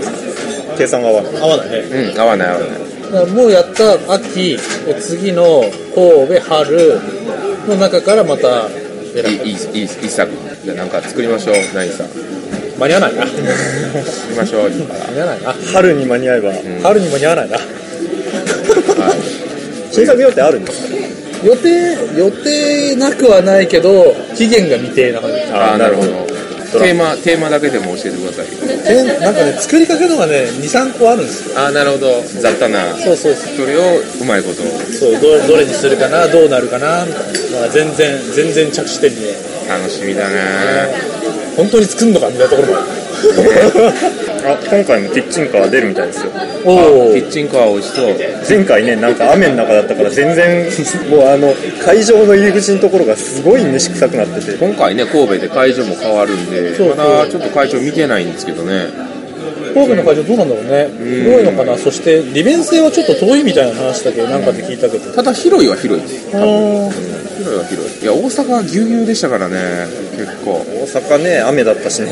[SPEAKER 3] 計算が合わない
[SPEAKER 2] 合わないね
[SPEAKER 1] うん、うん、合わない合わない
[SPEAKER 2] だからもうやった秋え次の神戸春の中からまた選
[SPEAKER 1] いいいいいいいい作じゃあなんか作りましょう何さん作
[SPEAKER 2] ぶ間に合わないな
[SPEAKER 1] りましょう今から
[SPEAKER 2] 間に合わないな
[SPEAKER 3] 春に間に合えば、
[SPEAKER 2] 春に間に合わないな
[SPEAKER 3] 新作予定あるんですか
[SPEAKER 2] 予定予定なくはないけど期限が未定な感じ
[SPEAKER 1] ああーなるほどテーマテーマだけでも教えてください
[SPEAKER 2] でなんかね作りかけのがね23個あるんですよ
[SPEAKER 1] ああなるほど雑多な
[SPEAKER 2] そうそうそう
[SPEAKER 1] それをうまいこと
[SPEAKER 2] そうどどれにするかなどうなるかなみたいな、まあ、全然全然着地点に
[SPEAKER 1] 楽しみだな
[SPEAKER 2] 本当に作るのかみたいなところもある
[SPEAKER 3] あ今回もキッチンカー出るみたいですよ
[SPEAKER 7] お
[SPEAKER 1] キッチンカー美味しそう
[SPEAKER 3] 前回ねなんか雨の中だったから全然 もうあの会場の入り口のところがすごい飯臭くなってて
[SPEAKER 1] 今回ね神戸で会場も変わるんで
[SPEAKER 2] そうそう
[SPEAKER 1] まだちょっと会場見てないんですけどね
[SPEAKER 2] 神戸の会場どうなんだろうね広いのかなそして利便性はちょっと遠いみたいな話だけなんかで聞いたけど
[SPEAKER 1] ただ広いは広いです
[SPEAKER 2] あー
[SPEAKER 1] 広いは広いいや大阪はぎゅうぎゅうでしたからね結構
[SPEAKER 3] 大阪ね雨だったしね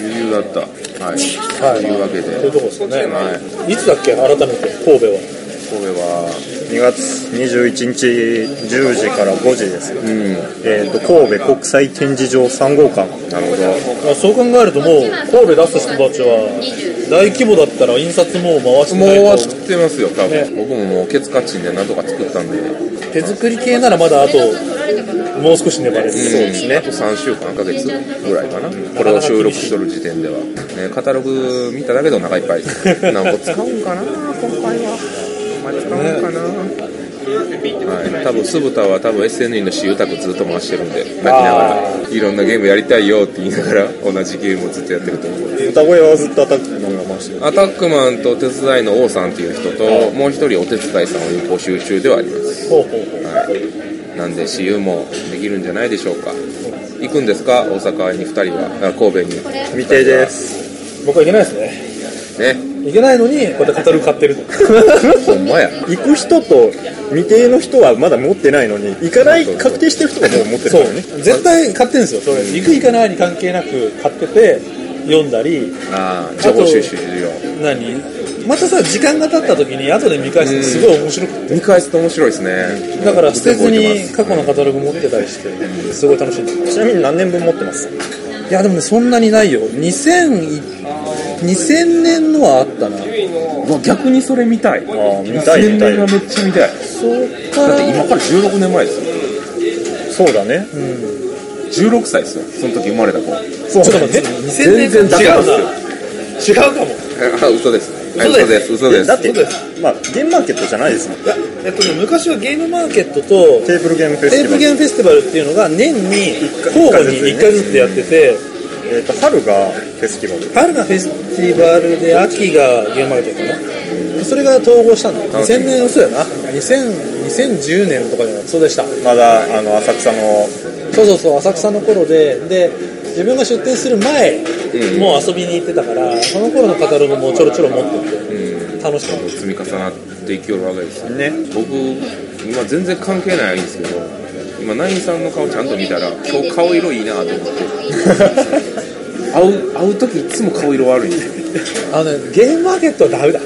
[SPEAKER 1] ぎゅうぎゅうだったはい、
[SPEAKER 2] はい
[SPEAKER 1] というわけで、
[SPEAKER 2] そういうとこですよね、、
[SPEAKER 1] はい
[SPEAKER 2] つだっけ改めて神戸は
[SPEAKER 1] 神戸は
[SPEAKER 3] 2月21日10時から5時ですよ、えー、と神戸国際展示場3号館なるほど
[SPEAKER 2] まあそう考えるともう神戸出す人たちは大規模だったら印刷もう回して
[SPEAKER 1] もう
[SPEAKER 2] ない
[SPEAKER 1] 終
[SPEAKER 2] と
[SPEAKER 1] わってますよ多分、
[SPEAKER 2] ね
[SPEAKER 1] 僕ももうケツカチンで何とか作ったんで、
[SPEAKER 2] 手作り系ならまだあともう少し粘れる、
[SPEAKER 1] ですねあと3週間1ヶ月ぐらいかなこれを収録しとる時点では、ね、カタログ見ただけでお腹いっぱいです何個使うんかな今回はあんまり使うんかな、はい、多分酢豚は多分 SNE の私有宅ずっと回してるんで泣きながらいろんなゲームやりたいよって言いながら同じゲームをずっとやってると思う
[SPEAKER 3] 歌声はずっとアタックのまましてる
[SPEAKER 1] アタックマンと手伝いの王さんっていう人ともう一人お手伝いさんを有効集中ではあります
[SPEAKER 2] ほうほうほう
[SPEAKER 1] はい、なんで私有もできるんじゃないでしょうか行くんですか大阪に2人はあ神戸に
[SPEAKER 3] 未定です
[SPEAKER 2] 僕はいけないですね
[SPEAKER 1] ね
[SPEAKER 2] いけないのにこうやってカタログ買ってる
[SPEAKER 1] ほんまや
[SPEAKER 3] 行く人と未定の人はまだ持ってないのに行かない確定してる人がもう持ってるか
[SPEAKER 2] そう
[SPEAKER 3] らね
[SPEAKER 2] 絶対買ってるんですよそれ行く行かないに関係なく買ってて読んだり
[SPEAKER 1] ああ情報収集重要
[SPEAKER 2] 何またさ時間が経った時に後で見返すとすごい面白くて
[SPEAKER 1] 見返すと面白いですね
[SPEAKER 2] だから捨て
[SPEAKER 1] 全
[SPEAKER 2] ず
[SPEAKER 1] 部置い
[SPEAKER 2] に
[SPEAKER 1] て
[SPEAKER 2] 過去のカタログ持ってたりしてすごい楽しいんです
[SPEAKER 3] ちなみに何年分持ってます
[SPEAKER 2] いやでもねそんなにないよ2000 2000年のはあったな
[SPEAKER 1] ますうわ逆にそれ見たい
[SPEAKER 3] ああ見たい見たい
[SPEAKER 1] がめっちゃ見たい
[SPEAKER 2] そっか
[SPEAKER 1] だっ
[SPEAKER 2] ら
[SPEAKER 1] て今から16年前ですよ
[SPEAKER 3] そうだね
[SPEAKER 1] 16歳ですよその時生まれた子あ
[SPEAKER 2] ちょっと待って2000年
[SPEAKER 1] 全然違う
[SPEAKER 2] 違うな違うか も
[SPEAKER 1] 嘘ですはい
[SPEAKER 2] 嘘
[SPEAKER 1] 嘘
[SPEAKER 2] で
[SPEAKER 1] ですす嘘です
[SPEAKER 3] だって
[SPEAKER 2] そうで
[SPEAKER 3] まあゲームマーケットじゃないですもん
[SPEAKER 2] いやえっとね昔はゲームマーケットと
[SPEAKER 3] テーブルゲームフェス
[SPEAKER 2] テ
[SPEAKER 3] テ
[SPEAKER 2] ー
[SPEAKER 3] ィ
[SPEAKER 2] ブ
[SPEAKER 3] バ
[SPEAKER 2] ルゲー
[SPEAKER 3] ル、
[SPEAKER 2] ムフェスティバルっていうのが年に
[SPEAKER 3] 回
[SPEAKER 2] 交互に1回ずつやってて
[SPEAKER 3] えー、と春がフェスティバル
[SPEAKER 2] 春がフェスティバルで秋がゲームマーケットかなそれが統合したんだよ2000年嘘やな2000 2010年とかじゃないそうでした
[SPEAKER 3] まだあの浅草の
[SPEAKER 2] そうそうそう浅草の頃でで自分が出店する前もう遊びに行ってたからその頃のカタログもちょろちょろ持ってて楽しかった
[SPEAKER 1] 積み重なっていきよるわけですよ
[SPEAKER 3] ね
[SPEAKER 1] 僕今全然関係ないんですけど今ナインさんの顔ちゃんと見たら今日顔色いいなと思って 会う会う時いつも顔色悪いんですよ
[SPEAKER 2] あのねゲームマーケットはダメだ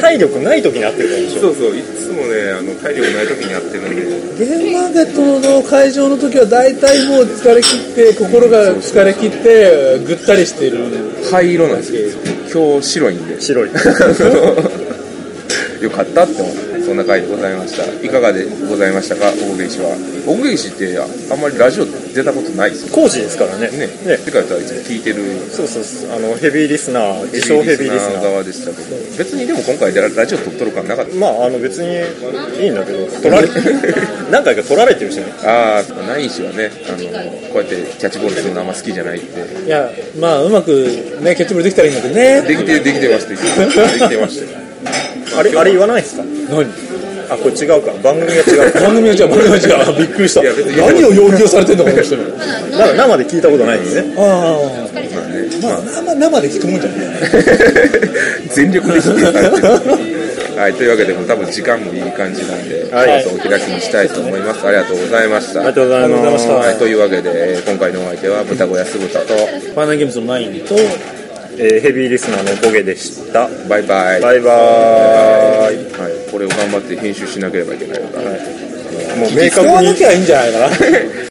[SPEAKER 3] 体力ない時に会ってるからでしょ
[SPEAKER 1] そうそういつもねあの体力ない時にやってるんで
[SPEAKER 2] ゲームマーケットの会場の時は大体もう疲れ切って心が疲れ切ってぐったりしてる
[SPEAKER 1] 灰色なんですけど今日白いんで
[SPEAKER 3] 白 い
[SPEAKER 1] よかったって思ってそんな回でございましたいかがでございましたか大栗氏は大栗氏ってああんまりラジオ出たことないですよ
[SPEAKER 3] 工事ですからね
[SPEAKER 1] ね
[SPEAKER 3] ね
[SPEAKER 1] ってかいつも聞いてる
[SPEAKER 3] そうそうそうあのヘビーリスナー自称ヘビーリスナー
[SPEAKER 1] 側でしたけど別にでも今回ラジオ撮っとる感なかった
[SPEAKER 3] まああの別にいいんだけど取 られ何回か取られてるしね
[SPEAKER 1] ああないしはねあのこうやってキャッチボールするのあんま好きじゃないって
[SPEAKER 2] いやまあうまくねキャッチボールできたらいいんだけどね
[SPEAKER 1] できてできてましたできてました
[SPEAKER 3] あれあれ言わないですか
[SPEAKER 2] 何
[SPEAKER 3] あこれ違うか番組が違うか
[SPEAKER 2] 番組は違う番組は違うびっくりした
[SPEAKER 1] いや別に
[SPEAKER 2] 何を要求されてんのこの人に
[SPEAKER 3] だから生で聞いたことないんですね
[SPEAKER 2] ああ
[SPEAKER 1] まあね
[SPEAKER 2] まあ生生で聞くもんじゃない
[SPEAKER 1] 全力で弾いてたっていうはいというわけでもう多分時間もいい感じなんで、
[SPEAKER 3] はい
[SPEAKER 1] ちょっとお開きにしたいと思いますありがとうございました
[SPEAKER 3] ありがとうござい
[SPEAKER 2] ありがとう
[SPEAKER 3] ま
[SPEAKER 2] ございまし
[SPEAKER 3] す
[SPEAKER 2] た
[SPEAKER 1] はい、というわけで、えー今回のお相手は豚小屋酢豚と
[SPEAKER 2] ファイナルゲームズの9と
[SPEAKER 3] えーヘビーリスナーのボゲでした
[SPEAKER 1] バイバイ、
[SPEAKER 3] バイバーイ
[SPEAKER 1] はい、これを頑張って編集しなければいけないから、
[SPEAKER 3] もう明
[SPEAKER 2] 使わ
[SPEAKER 3] 確
[SPEAKER 2] な
[SPEAKER 3] に
[SPEAKER 2] きゃいいんじゃないかな